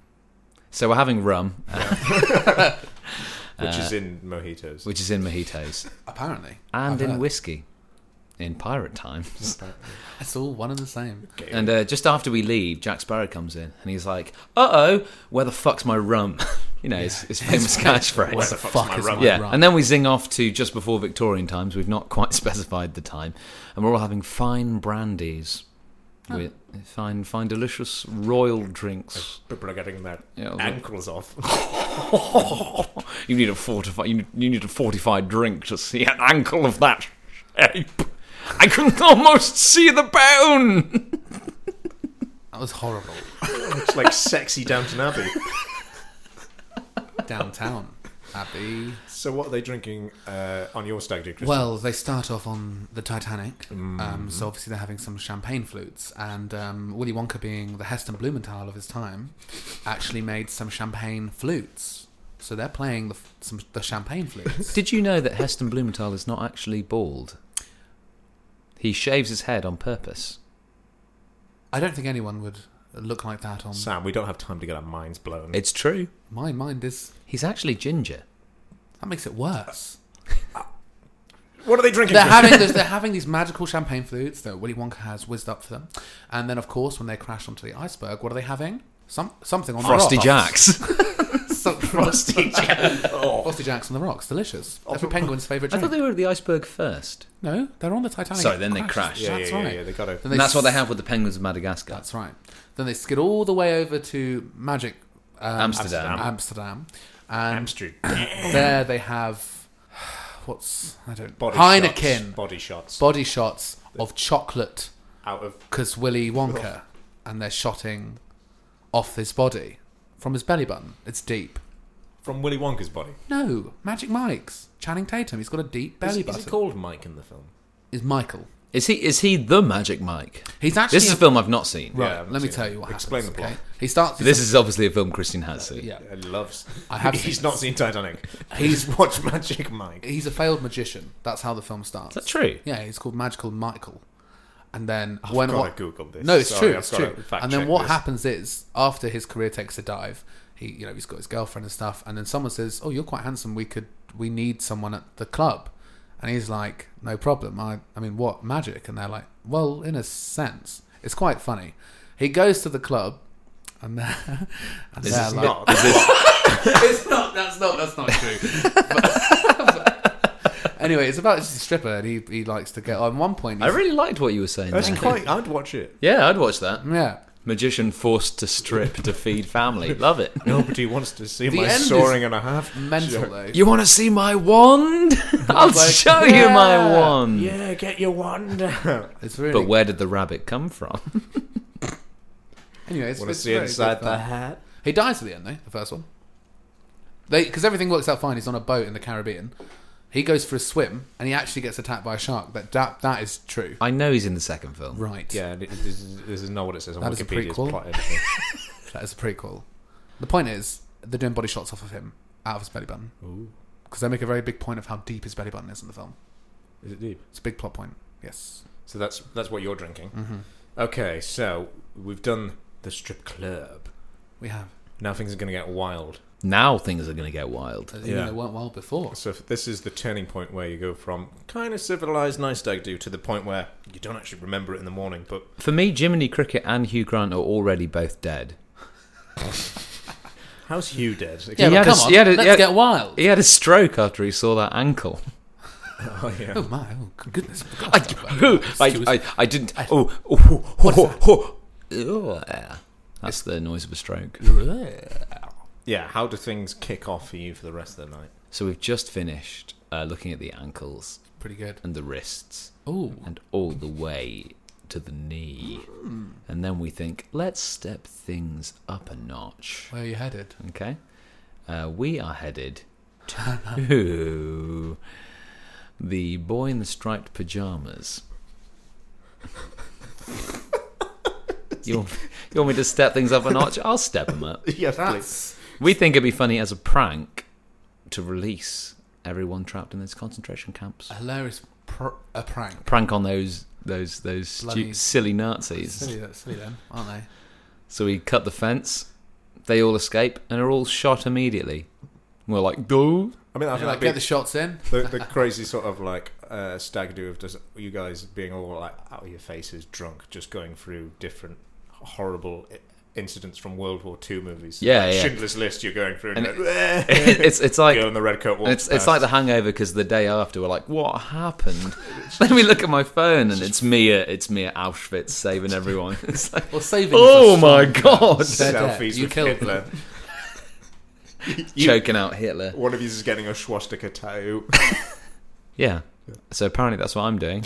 S2: So we're having rum, uh,
S1: which is in mojitos.
S2: which is in mojitos,
S3: Apparently.
S2: and
S3: I've
S2: in
S3: heard.
S2: whiskey, in pirate times.
S3: It's all one and the same.
S2: and uh, just after we leave, Jack Sparrow comes in, and he's like, "Uh oh, where the fuck's my rum?" you know, his, his famous catchphrase.
S3: Where the
S1: fuck's
S3: fuck
S1: my
S3: is
S1: rum?
S3: my
S2: Yeah,
S3: rum?
S2: and then we zing off to just before Victorian times. We've not quite specified the time, and we're all having fine brandies, with fine, fine, delicious royal drinks.
S1: People are getting their
S2: Yeah, well-
S1: ankles off.
S2: you need a fortified, you need, you need a fortified drink to see an ankle of that shape. I can almost see the bone.
S3: That was horrible.
S1: It's like sexy Downton Abbey.
S3: downtown. Abby.
S1: So what are they drinking uh, on your stag do? Chris?
S3: Well, they start off on the Titanic,
S1: Mm.
S3: um, so obviously they're having some champagne flutes, and um, Willy Wonka, being the Heston Blumenthal of his time, actually made some champagne flutes. So they're playing the f- some the champagne flutes.
S2: Did you know that Heston Blumenthal is not actually bald? He shaves his head on purpose.
S3: I don't think anyone would look like that on
S1: Sam, we don't have time to get our minds blown.
S2: It's true.
S3: my mind. Is
S2: He's actually ginger.
S3: that makes it worse?
S1: what are they drinking?
S3: They're
S1: Chris?
S3: having this, they're having these magical champagne flutes that Willy Wonka has whizzed up for them, and then of course when they crash onto the iceberg, what are they having? Some something on
S2: Frosty
S3: the
S2: Jacks.
S3: rocks. Some-
S2: Frosty Jacks.
S3: Frosty Jacks on the rocks, delicious. Every penguin's favourite
S2: I
S3: drink.
S2: thought they were at the iceberg first.
S3: No, they're on the Titanic.
S2: Sorry, then they
S3: crashes.
S2: crashed.
S1: yeah,
S3: that's
S1: yeah, yeah,
S3: right.
S1: yeah, They got to.
S3: Then
S2: And that's what they
S3: s-
S2: have with the penguins of Madagascar.
S3: That's right. Then they skid all the way over to Magic um,
S2: Amsterdam.
S3: Amsterdam, and
S1: Amsterdam.
S3: there they have what's I don't
S1: Body
S3: Heineken
S1: Shots, body shots.
S3: body shots of chocolate
S1: out of.
S3: because Willy Wonka, and they're shotting off his body from his belly button. It's deep.
S1: From Willy Wonka's body.
S3: No, Magic Mike's Channing Tatum. He's got a deep belly
S1: is,
S3: button.
S1: is it called Mike in the film?
S3: Is Michael?
S2: Is he is he the Magic Mike?
S3: He's actually
S2: This is
S3: a-
S2: a film I've not seen.
S1: Yeah, I
S3: Right,
S1: haven't
S3: let me
S1: seen
S3: tell
S1: it.
S3: you what
S1: Explain
S3: happens.
S1: the plot.
S3: Okay? He starts.
S2: This is obviously a film Christine has seen.
S3: yeah,
S1: He loves.
S3: I have seen
S1: He's
S3: it.
S1: not seen Titanic.
S3: He's-
S1: He's watched Magic Mike.
S3: he's a failed magician. That's how the film starts.
S2: Is that true?
S3: Yeah, he's called Magical Michael. And then
S1: I've
S3: when
S1: gotta
S3: what?
S1: Google this.
S3: No, it's
S1: Sorry,
S3: true.
S1: I've
S3: It's
S1: gotta
S3: true.
S1: fact
S3: And then
S1: check
S3: what
S1: this.
S3: happens is after his career takes a dive, he you know he's got his girlfriend and stuff, and then someone says, "Oh, you're quite handsome. We could we need someone at the club," and he's like, "No problem. I I mean, what magic?" And they're like, "Well, in a sense, it's quite funny." He goes to the club, and they're, and
S2: This
S3: they're
S2: is
S3: like,
S1: Not. This
S3: it's not. That's not. That's not true. But- anyway, it's about this stripper, and he, he likes to get on. One point,
S2: I
S3: he's-
S2: really liked what you were saying.
S1: that's
S2: there.
S1: quite. I'd watch it.
S2: Yeah, I'd watch that.
S3: yeah.
S2: Magician forced to strip to feed family. Love it.
S1: Nobody wants to see
S3: The
S1: my
S3: end is- Mm.
S1: soaring and a half.
S3: Mental
S1: Sure.
S3: though.
S2: You want to see my wand? I'll
S3: Like,
S2: show you my
S3: yeah.
S2: wand.
S1: Yeah, get your wand. Want
S3: It's really.
S2: But where did the rabbit come from?
S3: anyway, it's,
S1: to
S3: it's
S1: see
S3: very
S1: inside
S3: good fun.
S1: the hat?
S3: He dies at the end though. The first one. They because everything works out fine. He's on a boat in the Caribbean. He goes for a swim, and he actually gets attacked by a shark. That that, that is true.
S2: I know he's in the second film.
S3: Right.
S1: Yeah, and it- this is, this is not what it says on
S3: That is a
S1: Wikipedia's
S3: prequel.
S1: plot editor.
S3: That is a prequel. The point is, they're doing body shots off of him out of his belly button
S1: Ooh.
S3: because they make a very big point of how deep his belly button is in the film.
S1: Is it deep?
S3: It's a big plot point. Yes.
S1: So that's that's what you're drinking. Okay, so we've done the strip club.
S3: We have.
S1: Now things are going to get wild.
S2: Now things are going to get wild.
S3: Even
S1: Yeah.
S3: they weren't wild before.
S1: So if this is the turning point where you go from kind of civilized nice stag do to the point where you don't actually remember it in the morning, but
S2: For me, Jiminy Cricket and Hugh Grant are already both dead.
S1: how's Hugh dead?
S2: Yeah, He
S3: Yeah, but
S2: had a
S3: come
S2: s-
S3: on,
S2: he had a-
S3: let's
S2: he had-
S3: get wild.
S2: He had a stroke after he saw that ankle.
S1: Oh, yeah.
S3: Oh my, oh goodness.
S2: I, I, I, I didn't. Oh, oh, oh, oh, oh, oh, yeah. That's the noise of a stroke.
S1: Yeah, how do things kick off for you for the rest of the night?
S2: So we've just finished uh, looking at the ankles
S3: Pretty good.
S2: and the wrists
S3: Oh,
S2: and all the way to the knee. And then we think, let's step things up a notch.
S3: where are you headed?
S2: Okay? Uh, we are headed to the boy in the striped pajamas. you, want, you want me to step things up a notch? I'll step them up.
S1: yes,
S3: That's
S2: We think it'd be funny as a prank to release everyone trapped in those concentration camps.
S3: a hilarious pr- a prank.
S2: Prank on those those those
S3: Bloody-
S2: stu- silly Nazis.
S3: Silly, that- silly them, aren't they?
S2: So we cut the fence. They all escape and are all shot immediately. And we're like, go.
S1: I mean, I
S3: They're
S1: think
S3: like,
S1: that'd
S3: get the
S1: be
S3: shots in.
S1: the, the crazy sort of like uh, stag do of just you guys being all like out of your faces, drunk, just going through different horrible i- incidents from World War Two movies.
S2: Yeah, yeah.
S1: Schindler's List. You're going through and,
S2: And
S1: you're like,
S2: it's it's like
S1: girl in the red coat. Walks
S2: it's it's like the
S1: past.
S2: hangover because the day after we're like, what happened? then we look at my phone and it's me at it's me at Auschwitz saving everyone. It's like,
S3: Well, saving. is a
S2: oh
S3: strong
S2: my
S3: term.
S2: god,
S3: They're dead.
S1: selfies
S3: You
S1: with
S3: killed
S1: Hitler.
S3: them.
S1: You-
S2: choking out Hitler.
S1: One of you is getting a swastika tattoo.
S2: Yeah. So apparently that's what I'm doing.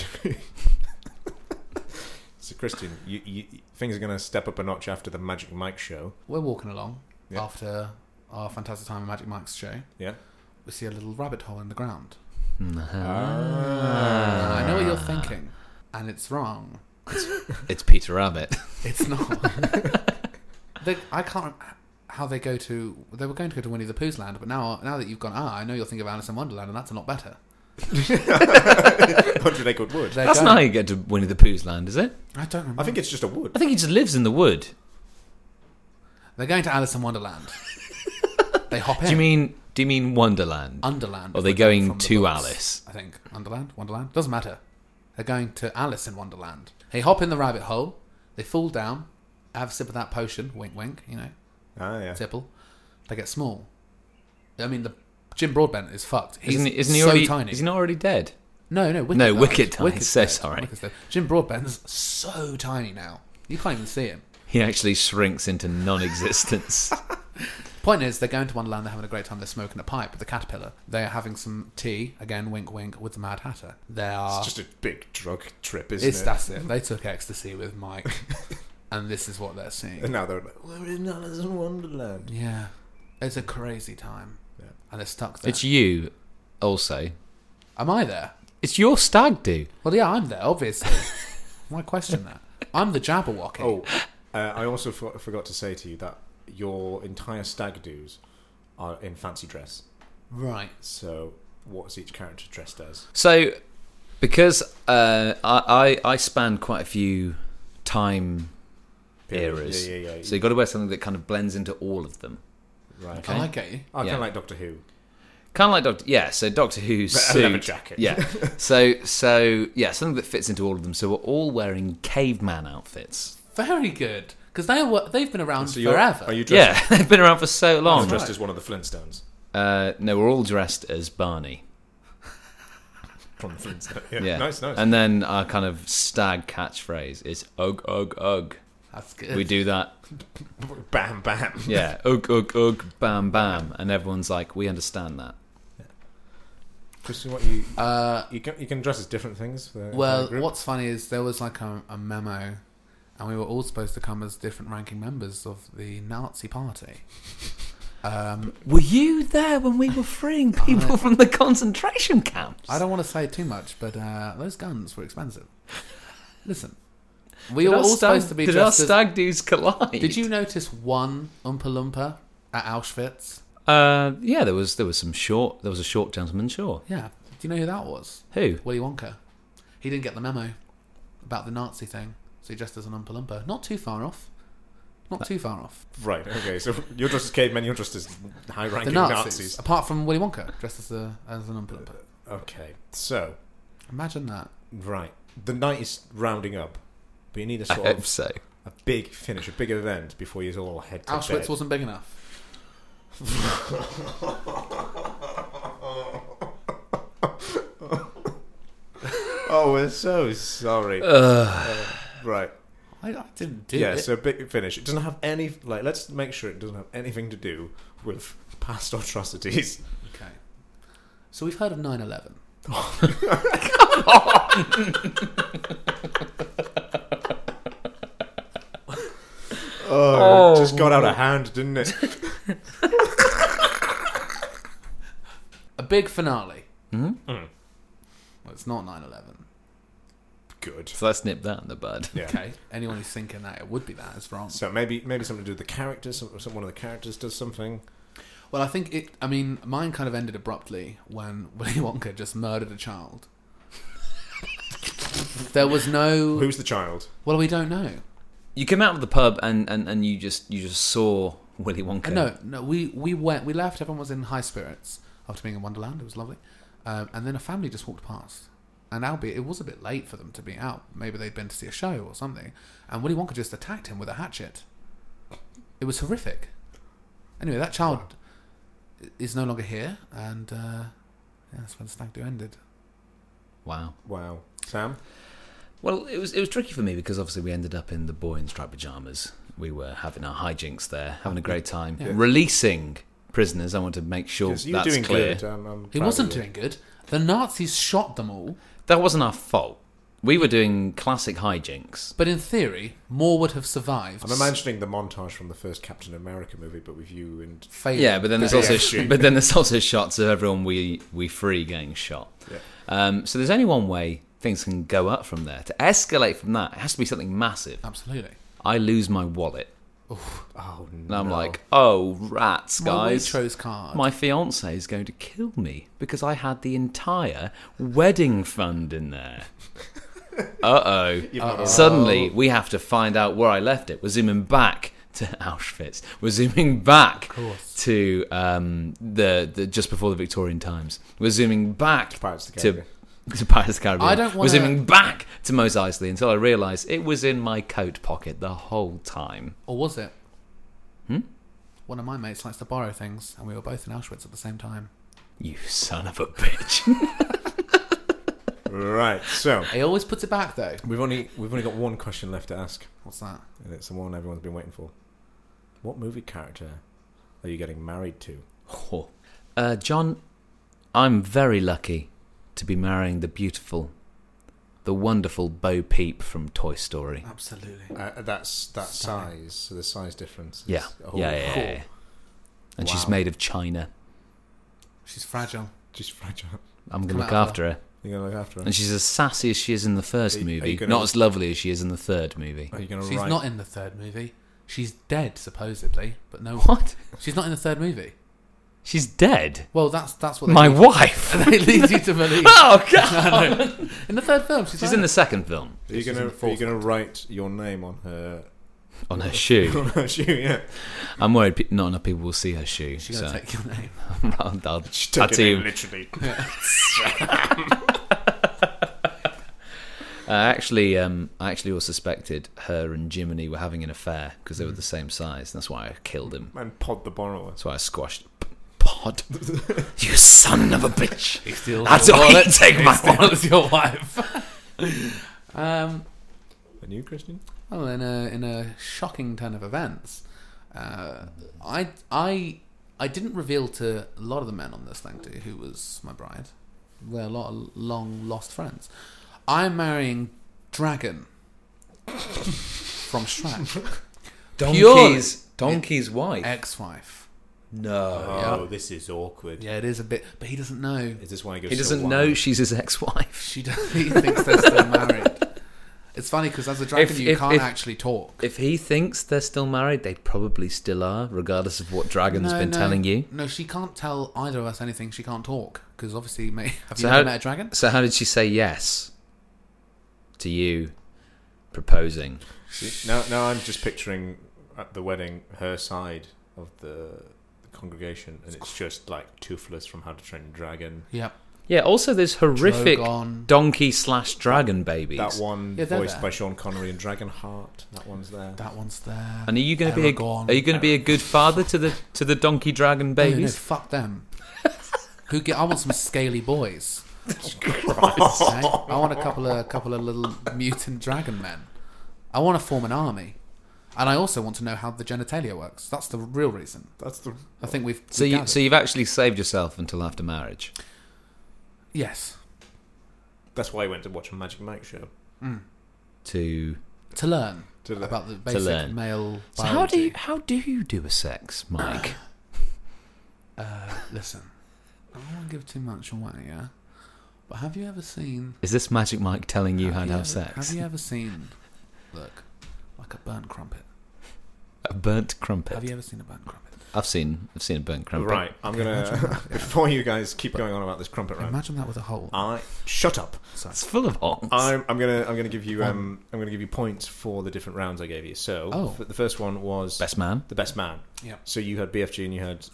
S1: So, Christian, you, you, things are going to step up a notch after the Magic Mike show.
S3: We're walking along
S1: Yeah.
S3: after our Fantastic Time and Magic Mike's show,
S1: Yeah.
S3: we see a little rabbit hole in the ground.
S1: Ah.
S3: Ah. I know what you're thinking, and it's wrong.
S2: It's Peter Rabbit.
S3: It's not. they, I can't remember how they go to. They were going to go to Winnie the Pooh's land, but now now that you've gone, ah, I know you're thinking of Alice in Wonderland, and that's a lot better.
S1: Hundred acred wood.
S3: They're
S2: That's
S3: going-
S2: not how you get to Winnie the Pooh's land, is it?
S3: I don't remember.
S1: I think it's just a wood.
S2: I think he just lives in the wood.
S3: They're going to Alice in Wonderland. they hop in.
S2: Do you mean? Do you mean Wonderland?
S3: Underland?
S2: Or
S3: is
S2: they're
S3: the name
S2: going
S3: from the
S2: to
S3: books,
S2: Alice?
S3: I think Underland, Wonderland doesn't matter. They're going to Alice in Wonderland. They hop in the rabbit hole. They fall down. Have a sip of that potion. Wink, wink. You know,
S1: Ah, yeah.
S3: tipple. They get small. I mean, the Jim Broadbent is fucked. He's
S2: Isn't he, isn't he
S3: so
S2: already?
S3: tiny.
S2: Is he not already dead?
S3: No, no, Wicked
S2: No,
S3: dies.
S2: Wicked dies.
S3: Wicked's
S2: So
S3: dead.
S2: sorry.
S3: Wicked's dead. Jim Broadbent's so tiny now. You can't even see him.
S2: He actually shrinks into non-existence.
S3: Point is, they're going to Wonderland. They're having a great time. They're smoking a pipe with the caterpillar. They're having some tea again. Wink, wink with the Mad Hatter. They are.
S1: It's just a big drug trip, isn't
S3: It's
S1: it?
S3: that's it. They took ecstasy with Mike, and this is what they're
S1: And
S3: seeing.
S1: now they're like, we're in Alice in Wonderland.
S3: Yeah, it's a crazy time,
S1: Yeah.
S3: and they're stuck there.
S2: it's you, also.
S3: Am I there?
S2: It's your stag do.
S3: Well, yeah, I'm there. Obviously, why question that? I'm the Jabberwocky.
S1: Oh, uh, I also for- forgot to say to you that your entire stag doos are in fancy dress.
S3: right.
S1: So, what's each character dressed as?
S2: So, because uh, I, I I span quite a few time eras,
S1: Yeah, yeah, yeah.
S2: so you got to wear something that kind of blends into all of them.
S1: right.
S2: Okay.
S3: I get you.
S1: I kind
S2: Yeah.
S1: of like Doctor Who.
S2: Kind of like Doctor, yeah. So Doctor Who's
S1: But a leather
S2: suit,
S1: jacket.
S2: yeah. So so yeah, something that fits into all of them. So we're all wearing caveman outfits.
S3: Very good, because they were they've been around
S1: So you're,
S3: forever.
S1: Are you dressed,
S2: Yeah, they've been around for so
S1: you're
S2: long.
S1: dressed
S3: right.
S1: as one of the Flintstones?
S2: Uh, no, we're all dressed as Barney.
S1: From the Flintstones. Yeah.
S2: Yeah,
S1: Nice, nice.
S2: And then our kind of stag catchphrase is "Ugh, ugh, ugh."
S3: That's good.
S2: We do that
S1: bam, bam.
S2: Yeah, ugh, ugh, ugh, bam, bam. And everyone's like, we understand that.
S1: Just what you
S3: Uh,
S1: you can you can dress as different things. For the entire
S3: well,
S1: group.
S3: what's funny is there was like a, a memo, and we were all supposed to come as different ranking members of the Nazi Party. Um,
S2: Were you there when we were freeing people from the concentration camps?
S3: I don't want to say too much, but uh, those guns were expensive. Listen, we
S2: Did
S3: were
S2: our
S3: all
S2: stag-
S3: supposed to be
S2: Did our
S3: dressed.
S2: stag dudes collide?
S3: as, did you notice one Oompa Loompa at Auschwitz?
S2: Uh, yeah, there was there was some short. There was a short gentleman, sure.
S3: Yeah. Do you know who that was?
S2: Who?
S3: Willy Wonka. He didn't get the memo about the Nazi thing, so he dressed as an Oompa Loompa. Not too far off. Not too far off.
S1: Right. Okay. So you're dressed as cavemen. You're dressed as
S3: The
S1: high-ranking
S3: Nazis,
S1: Nazis.
S3: apart from Willy Wonka, dressed as a as an Oompa Loompa.
S1: Okay. So
S3: Imagine that.
S1: right, the night is rounding up, but you need a
S2: I
S1: sort
S2: hope
S1: of
S2: so.
S1: a big finish, a big event before you all head to
S3: Auschwitz
S1: bed.
S3: wasn't big enough.
S1: oh, we're so sorry. Uh, right.
S3: I, I didn't do
S1: yeah.
S3: it.
S1: So big finish. It doesn't have any. Like, let's make sure it doesn't have anything to do with past atrocities.
S3: Okay. So we've heard of 9 11.
S1: Oh, just got out of hand, didn't it?
S3: A big finale.
S2: Mhm.
S1: Mm.
S3: Well, it's not 9 11.
S1: Good.
S2: So let's nip that in the bud.
S1: Yeah.
S3: Okay. Anyone who's thinking that it would be that is wrong.
S1: So maybe maybe something to do with the characters. Some, some one of the characters does something.
S3: Well, I think it, I mean, mine kind of ended abruptly when Willy Wonka just murdered a child. there was no.
S1: Who's the child?
S3: Well, we don't know.
S2: You came out of the pub and, and, and you just you just saw Willy Wonka.
S3: Uh, No, no, we, we went, we left, everyone was in high spirits after being in Wonderland, it was lovely. Um, and then a family just walked past. And albeit it was a bit late for them to be out, maybe they'd been to see a show or something. And Willy Wonka just attacked him with a hatchet. It was horrific. Anyway, that child i- is no longer here, and uh, yeah, that's when the stag do ended.
S2: Wow.
S1: Wow. Sam.
S2: Well, it was it was tricky for me because obviously we ended up in the boy in striped pajamas. We were having our hijinks there, having a great time,
S3: Yeah.
S2: releasing prisoners. I want to make sure
S1: Because you're
S2: Oh, that's
S1: doing
S2: clear.
S1: good. Um, I'm
S3: He
S1: proud
S3: wasn't
S1: of you.
S3: doing good. The Nazis shot them all.
S2: That wasn't our fault. We were doing classic hijinks.
S3: But in theory, more would have survived.
S1: I'm imagining the montage from the first Captain America movie, but with you and
S3: Failing.
S2: Yeah, but then there's
S1: Yeah,
S2: also
S1: yeah, shoot.
S2: but then there's also shots of everyone we we free getting shot.
S1: Yeah.
S2: Um, so there's only one way things can go up from there. To escalate from that, it has to be something massive.
S3: Absolutely.
S2: I lose my wallet,
S1: oh no,
S2: and I'm like, oh rats,
S3: My
S2: guys.
S3: Waitrose card.
S2: My fiance is going to kill me because I had the entire wedding fund in there. Uh oh.
S1: You've got a-
S3: Oh.
S2: Suddenly, we have to find out where I left it. We're zooming back to Auschwitz. We're zooming back
S3: course.
S2: to um, the, the just before the Victorian times. We're zooming back
S1: Pirates of the
S2: to.
S1: Caribbean.
S2: To Pirates of the Caribbean.
S3: I don't
S2: We're
S3: wanna-
S2: zooming back to Mos Eisley until I realise it was in my coat pocket the whole time.
S3: Or was it? Hmm? One of my mates likes to borrow things, and we were both in Auschwitz at the same time.
S2: You son of a bitch.
S1: right. So
S3: He always puts it back, though.
S1: we've only we've only got one question left to ask,
S3: What's that?
S1: and it's the one everyone's been waiting for. What movie character are you getting married to?
S2: Oh. Uh, John, I'm very lucky to be marrying the beautiful, the wonderful Bo Peep from Toy Story.
S3: Ah, Absolutely.
S1: Uh, that's that
S3: Stunning.
S1: size. So the size difference. Is
S2: Yeah.
S1: a whole-
S2: Yeah, yeah, yeah,
S1: whole-
S2: yeah. And she's
S1: oh, Wow.
S2: made of china.
S3: She's fragile.
S1: Just fragile.
S2: I'm going
S3: Come
S2: to look
S3: out of
S2: after her.
S1: You're gonna look after her.
S2: And she's as sassy as she is in the first
S1: Are you- are you
S2: movie,
S1: gonna-
S2: not as lovely as she is in the third movie.
S1: Are you gonna
S3: She's
S1: write?
S3: not in the third movie. She's dead, supposedly, but no.
S2: What?
S3: She's not in the third movie.
S2: She's dead?
S3: Well, that's that's what they
S2: My
S3: lead-
S2: wife?
S3: they lead you to believe.
S2: oh, God!
S3: I know. In the third film, she's,
S2: She's
S3: not
S2: in the second film
S1: Are you
S3: She's in
S1: gonna
S3: the
S1: are you
S3: fourth
S1: gonna write your name on her?
S2: on her shoe.
S1: on her shoe? Yeah.
S2: I'm worried pe- not enough people will see her shoe.
S3: She's gonna
S2: so
S3: take your name.
S2: I'll, I'll
S1: She
S2: took it Tattoo. in
S1: literally.
S2: I actually, um, I actually was suspected her and Jiminy were having an affair because
S3: Mm.
S2: they were the same size. That's why I killed him.
S1: And pod the borrower.
S2: That's why I squashed P- Pod. you son of a bitch!
S3: He steals
S2: That's
S3: your
S2: why you
S3: wallet.
S2: take my
S3: He
S2: wallet.
S3: steals your wife. um,
S1: And you, Christian?
S3: Well, in a in a shocking turn of events, uh, I I I didn't reveal to a lot of the men on this thing to who was my bride. They're a lot of long lost friends. I'm marrying Dragon from Shrek, Donkey's-
S2: donkey's wife.
S3: ex-wife.
S2: no,
S3: Oh,
S1: this is awkward.
S3: Yeah, it is a bit, but he doesn't know.
S1: Is this why he goes?
S2: he
S1: so
S2: doesn't
S1: wild?
S2: know she's his ex-wife.
S3: She does, he thinks they're still married. It's funny because as a dragon,
S2: If-
S3: you
S2: if-
S3: can't
S2: if-
S3: actually talk.
S2: If he thinks they're still married, they probably still are, regardless of what Dragon's
S3: No,
S2: been
S3: no.
S2: telling you.
S3: No, she can't tell either of us anything. She can't talk because obviously, mate, have
S2: So
S3: you
S2: how-
S3: ever met a dragon?
S2: So how did she say yes to you proposing?
S1: See, now, now I'm just picturing at the wedding her side of the congregation, and it's just like Toothless from How to Train Your Dragon.
S3: Yep.
S2: Yeah. Also, there's horrific
S3: Drogon.
S2: donkey slash dragon babies.
S1: That one
S3: Yeah, they're
S1: voiced
S3: there.
S1: by Sean Connery and Dragonheart. That one's there.
S3: That one's there.
S2: And are you going to be a,
S3: Aragorn.
S2: are you going to be a good father to the to the donkey dragon
S3: No, no,
S2: babies?
S3: fuck them. Who get? I want some scaly boys.
S1: Christ.
S3: Okay? I want a couple of couple of little mutant dragon men. I want to form an army, and I also want to know how the genitalia works. That's the real reason.
S1: That's the.
S3: I think we've.
S2: So
S3: we've
S2: you
S3: gathered.
S2: so you've actually saved yourself until after marriage.
S3: yes,
S1: That's why I went to watch a Magic Mike show.
S2: To
S3: to learn
S1: To learn.
S3: about the basic
S2: learn.
S3: male.
S2: so how do you
S3: biology.
S2: how do you do a sex, Mike?
S3: Uh, listen, I don't want to give too much away, yeah. But have you ever seen?
S2: Is this Magic Mike telling you how to have
S3: ever-
S2: sex?
S3: Have you ever seen? Look, like a burnt crumpet.
S2: A burnt crumpet.
S3: Have you ever seen a burnt crumpet?
S2: I've seen I've seen a burnt crumpet.
S1: Right, I'm gonna. before you guys keep going on about this crumpet round,
S3: Imagine that with a hole.
S1: I shut up.
S3: Sorry.
S2: It's full of holes.
S1: I'm, I'm gonna I'm gonna give you um I'm gonna give you points for the different rounds I gave you. So
S3: Oh.
S1: f- the first one was
S2: Best man.
S1: the best man.
S3: Yeah.
S1: So you had BFG and you had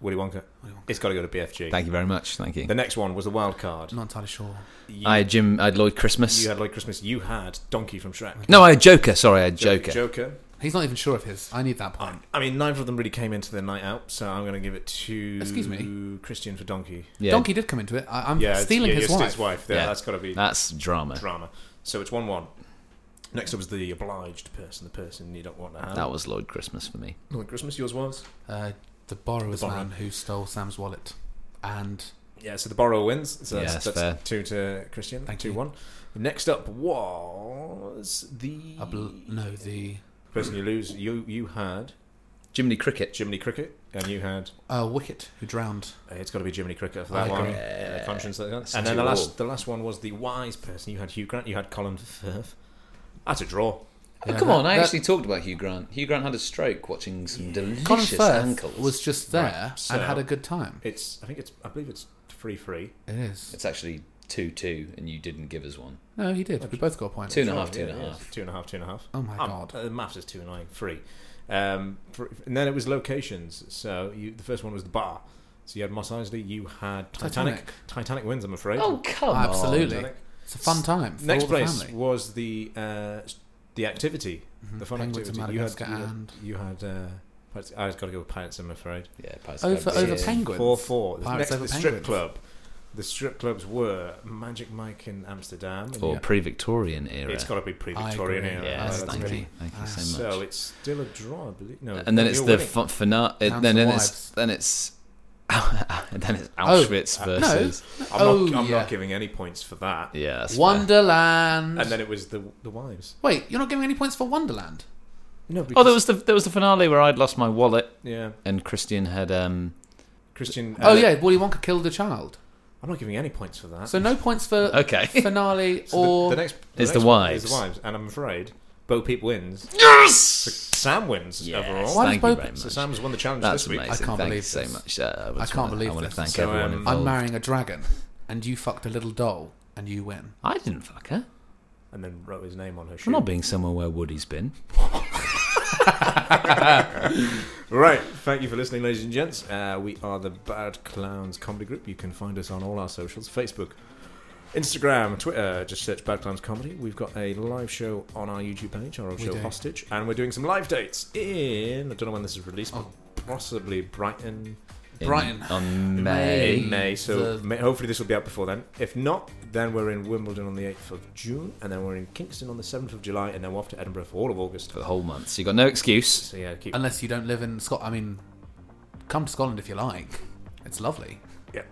S1: Willy Wonka.
S3: What do you want?
S1: It's got to go to BFG.
S2: Thank you very much. Thank you.
S1: The next one was the wild card.
S3: I'm not entirely sure.
S1: You,
S2: I had Jim. I had Lloyd Christmas.
S1: you had Lloyd Christmas. You had Donkey from Shrek.
S2: no, I had Joker. Sorry, I had Joker.
S1: Joker.
S3: He's not even sure of his. I need that point.
S2: Uh,
S1: I, I mean, neither of them really came into their night out, so I'm going to give it to
S3: Excuse me?
S1: Christian for Donkey.
S2: Yeah,
S3: Donkey did come into it. I, I'm
S1: Yeah,
S3: stealing
S1: it's, yeah,
S3: his,
S1: you're
S3: wife.
S1: still his wife. Yeah,
S2: Yeah.
S1: that's got to be
S2: That's drama.
S1: drama. So it's one-one. Next up was the obliged person, the person you don't want to have.
S2: That was Lloyd Christmas for me.
S1: Lloyd Christmas, yours was.
S3: Uh, the borrower's
S1: The borrower.
S3: man who stole Sam's wallet and
S1: Yeah, so the borrower wins. So that's,
S2: Yeah, that's fair.
S1: that's two to Christian.
S3: Thank
S1: two
S3: you.
S1: one. Next up was the
S3: I bel- no, the
S1: person you lose. You you had
S2: Jiminy Cricket.
S1: Jiminy Cricket, and you had
S3: uh, Wicket who drowned.
S1: uh, it's got to be Jiminy Cricket for
S3: I
S1: that one.
S3: agree.
S1: Uh, conscience, like that.
S2: That's
S1: and then
S2: two
S1: the
S2: all.
S1: last the last one was the wise person. You had Hugh Grant. You had Colin Firth. That's a draw.
S2: oh,
S3: Yeah,
S2: come
S3: that-
S2: on, I
S3: that-
S2: actually talked about Hugh Grant. Hugh Grant had a stroke watching some delicious
S3: Colin Firth
S2: ankles.
S3: was just there
S1: Right, so-
S3: and had a good time.
S1: It's I think it's I believe it's free free.
S3: It is.
S2: It's actually 2 2, and you didn't give us one.
S3: No, he did. We both got a point.
S2: Two and a
S1: Oh,
S2: half, two
S1: yeah,
S2: and a
S1: yeah,
S2: half.
S1: two and a half, two and a half.
S3: Oh my
S1: Um,
S3: god.
S1: uh, maths is too annoying. Free. Um, fr- and then it was locations. So you, the first one was the bar. So you had Moss Isley. You had Titanic. Titanic,
S3: Titanic.
S1: wins. I'm afraid.
S2: Oh, come
S3: Absolutely.
S2: on.
S1: Titanic.
S3: It's a fun time. For
S1: Next
S3: all the
S1: place
S3: Family.
S1: was the uh, the activity,
S3: Mhm.
S1: the fun
S3: Penguins of
S1: activity. You had,
S3: Madagascar and
S1: you had. You had uh, Pirates- I was got to go with Pirates. I'm afraid.
S2: Yeah, Pirates
S3: over
S2: of the
S3: over
S2: Caribbean.
S3: penguins.
S1: Four four. The
S3: Pirates
S1: next
S3: over
S1: the strip
S3: Penguins.
S1: club. The strip clubs were Magic Mike in Amsterdam. and
S2: Or
S3: Yeah.
S2: pre Victorian era.
S1: It's got to be pre-Victorian
S3: I agree.
S1: era.
S3: Yeah,
S2: yes,
S3: that's
S2: thank
S3: really-
S2: you. Thank you
S3: Ah.
S2: so much.
S1: So it's still a draw, I believe. No,
S2: and then
S1: you're
S2: it's the
S1: winning.
S2: fu- fina- it,
S3: Down
S2: then,
S3: to
S2: then it's
S3: wives.
S2: then it's then it's
S3: Oh,
S2: Auschwitz
S1: uh, no.
S2: versus
S1: I'm,
S3: Oh,
S1: not, I'm
S3: yeah.
S1: not giving any points for that.
S2: yeah that's fair.
S3: Wonderland.
S1: And then it was the the wives.
S3: Wait, you're not giving any points for Wonderland.
S1: No,
S2: Oh, there was the there was the finale where I'd lost my wallet
S1: yeah
S2: and Christian had um
S1: Christian.
S3: oh
S1: uh,
S3: yeah, Willy Wonka killed a child.
S1: I'm not giving any points for that.
S3: So no points for
S2: okay
S3: finale
S1: So the-
S3: or
S1: the, next the
S2: It's
S1: next
S2: the
S1: one is
S2: wives.
S1: the wives, and I'm afraid Bo Peep wins.
S2: yes
S1: Sam wins
S2: yes
S1: overall.
S3: Why
S2: thank
S3: does
S2: you
S3: Bo-
S2: very much
S1: So Sam's won the challenge
S2: that's
S1: this week.
S2: amazing
S3: I can't
S2: thank
S3: believe
S2: you so
S3: this.
S2: much uh, I,
S3: I
S2: just
S3: can't
S2: wanna-
S3: believe
S2: I want to
S3: this.
S2: thank
S1: So,
S2: everyone
S1: um,
S2: involved
S3: I'm marrying a dragon and you fucked a little doll and you win.
S2: I didn't fuck her
S1: And then wrote his name on her shoe.
S2: I'm not being somewhere where Woody's been
S1: Right. Thank you for listening, ladies and gents. Uh, we are the Bad Clowns Comedy Group. You can find us on all our socials Facebook, Instagram, Twitter. uh, Just search Bad Clowns Comedy. We've got a live show on our YouTube page, our old
S3: We
S1: show
S3: do.
S1: Hostage. And we're doing some live dates in, I don't know when this is released, but
S3: Oh.
S1: possibly Brighton
S2: in-
S3: Brighton.
S2: on
S3: May.
S2: May
S1: in May. So
S3: the-
S1: may, hopefully this will be out before then. If not, then we're in Wimbledon on the 8th of June, and then we're in Kingston on the 7th of July, and then we're off to Edinburgh for all of August.
S2: for the whole month so you got no excuse
S1: So yeah, keep.
S3: Unless you don't live in Scotland. I mean, come to Scotland if you like. It's lovely.
S1: Yeah.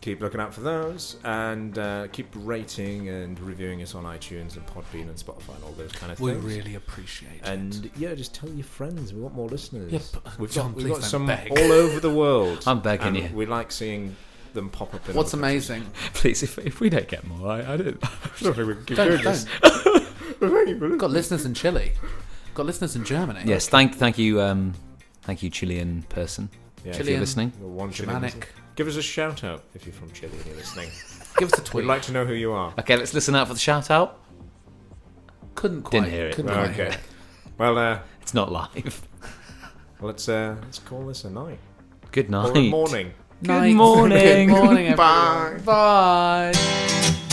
S1: Keep looking out for those and uh, keep rating and reviewing us on iTunes and Podbean and Spotify and all those kind of
S3: We
S1: things.
S3: really appreciate it.
S1: and yeah, just tell your friends. We want more listeners.
S3: Yeah, but-
S1: we've
S3: John,
S1: got, we've got
S3: please don't
S1: some
S3: beg.
S1: all over the world.
S2: I'm begging
S1: and
S2: you.
S1: We like seeing them pop up. In
S3: What's
S1: other
S3: amazing?
S2: please if, if we don't get more I, I don't
S1: countries. I don't think we can keep
S3: Don't,
S1: doing
S3: don't.
S1: this. Thank you for listening.
S3: Got listeners in Chile. Got listeners in Germany.
S2: yes thank thank you um thank you Chilean person
S1: Yeah,
S2: if
S1: if
S2: you're
S3: Chilean.
S2: listening
S1: you're one Chilean
S3: Germanic.
S1: listener. Give us a shout out if you're from Chile and you're listening.
S3: Give us a
S1: We'd
S3: tweet.
S1: like to know who you are.
S2: okay let's listen out for the shout out
S3: couldn't quite.
S2: Didn't hear it.
S3: Couldn't quite hear
S1: Uh, Okay.
S3: it.
S1: Well, uh,
S2: it's not live
S1: let's uh, let's call this a night
S2: good night
S1: or a morning.
S2: Good
S3: Night.
S2: morning.
S3: Good morning, everyone.
S1: Bye.
S3: Bye.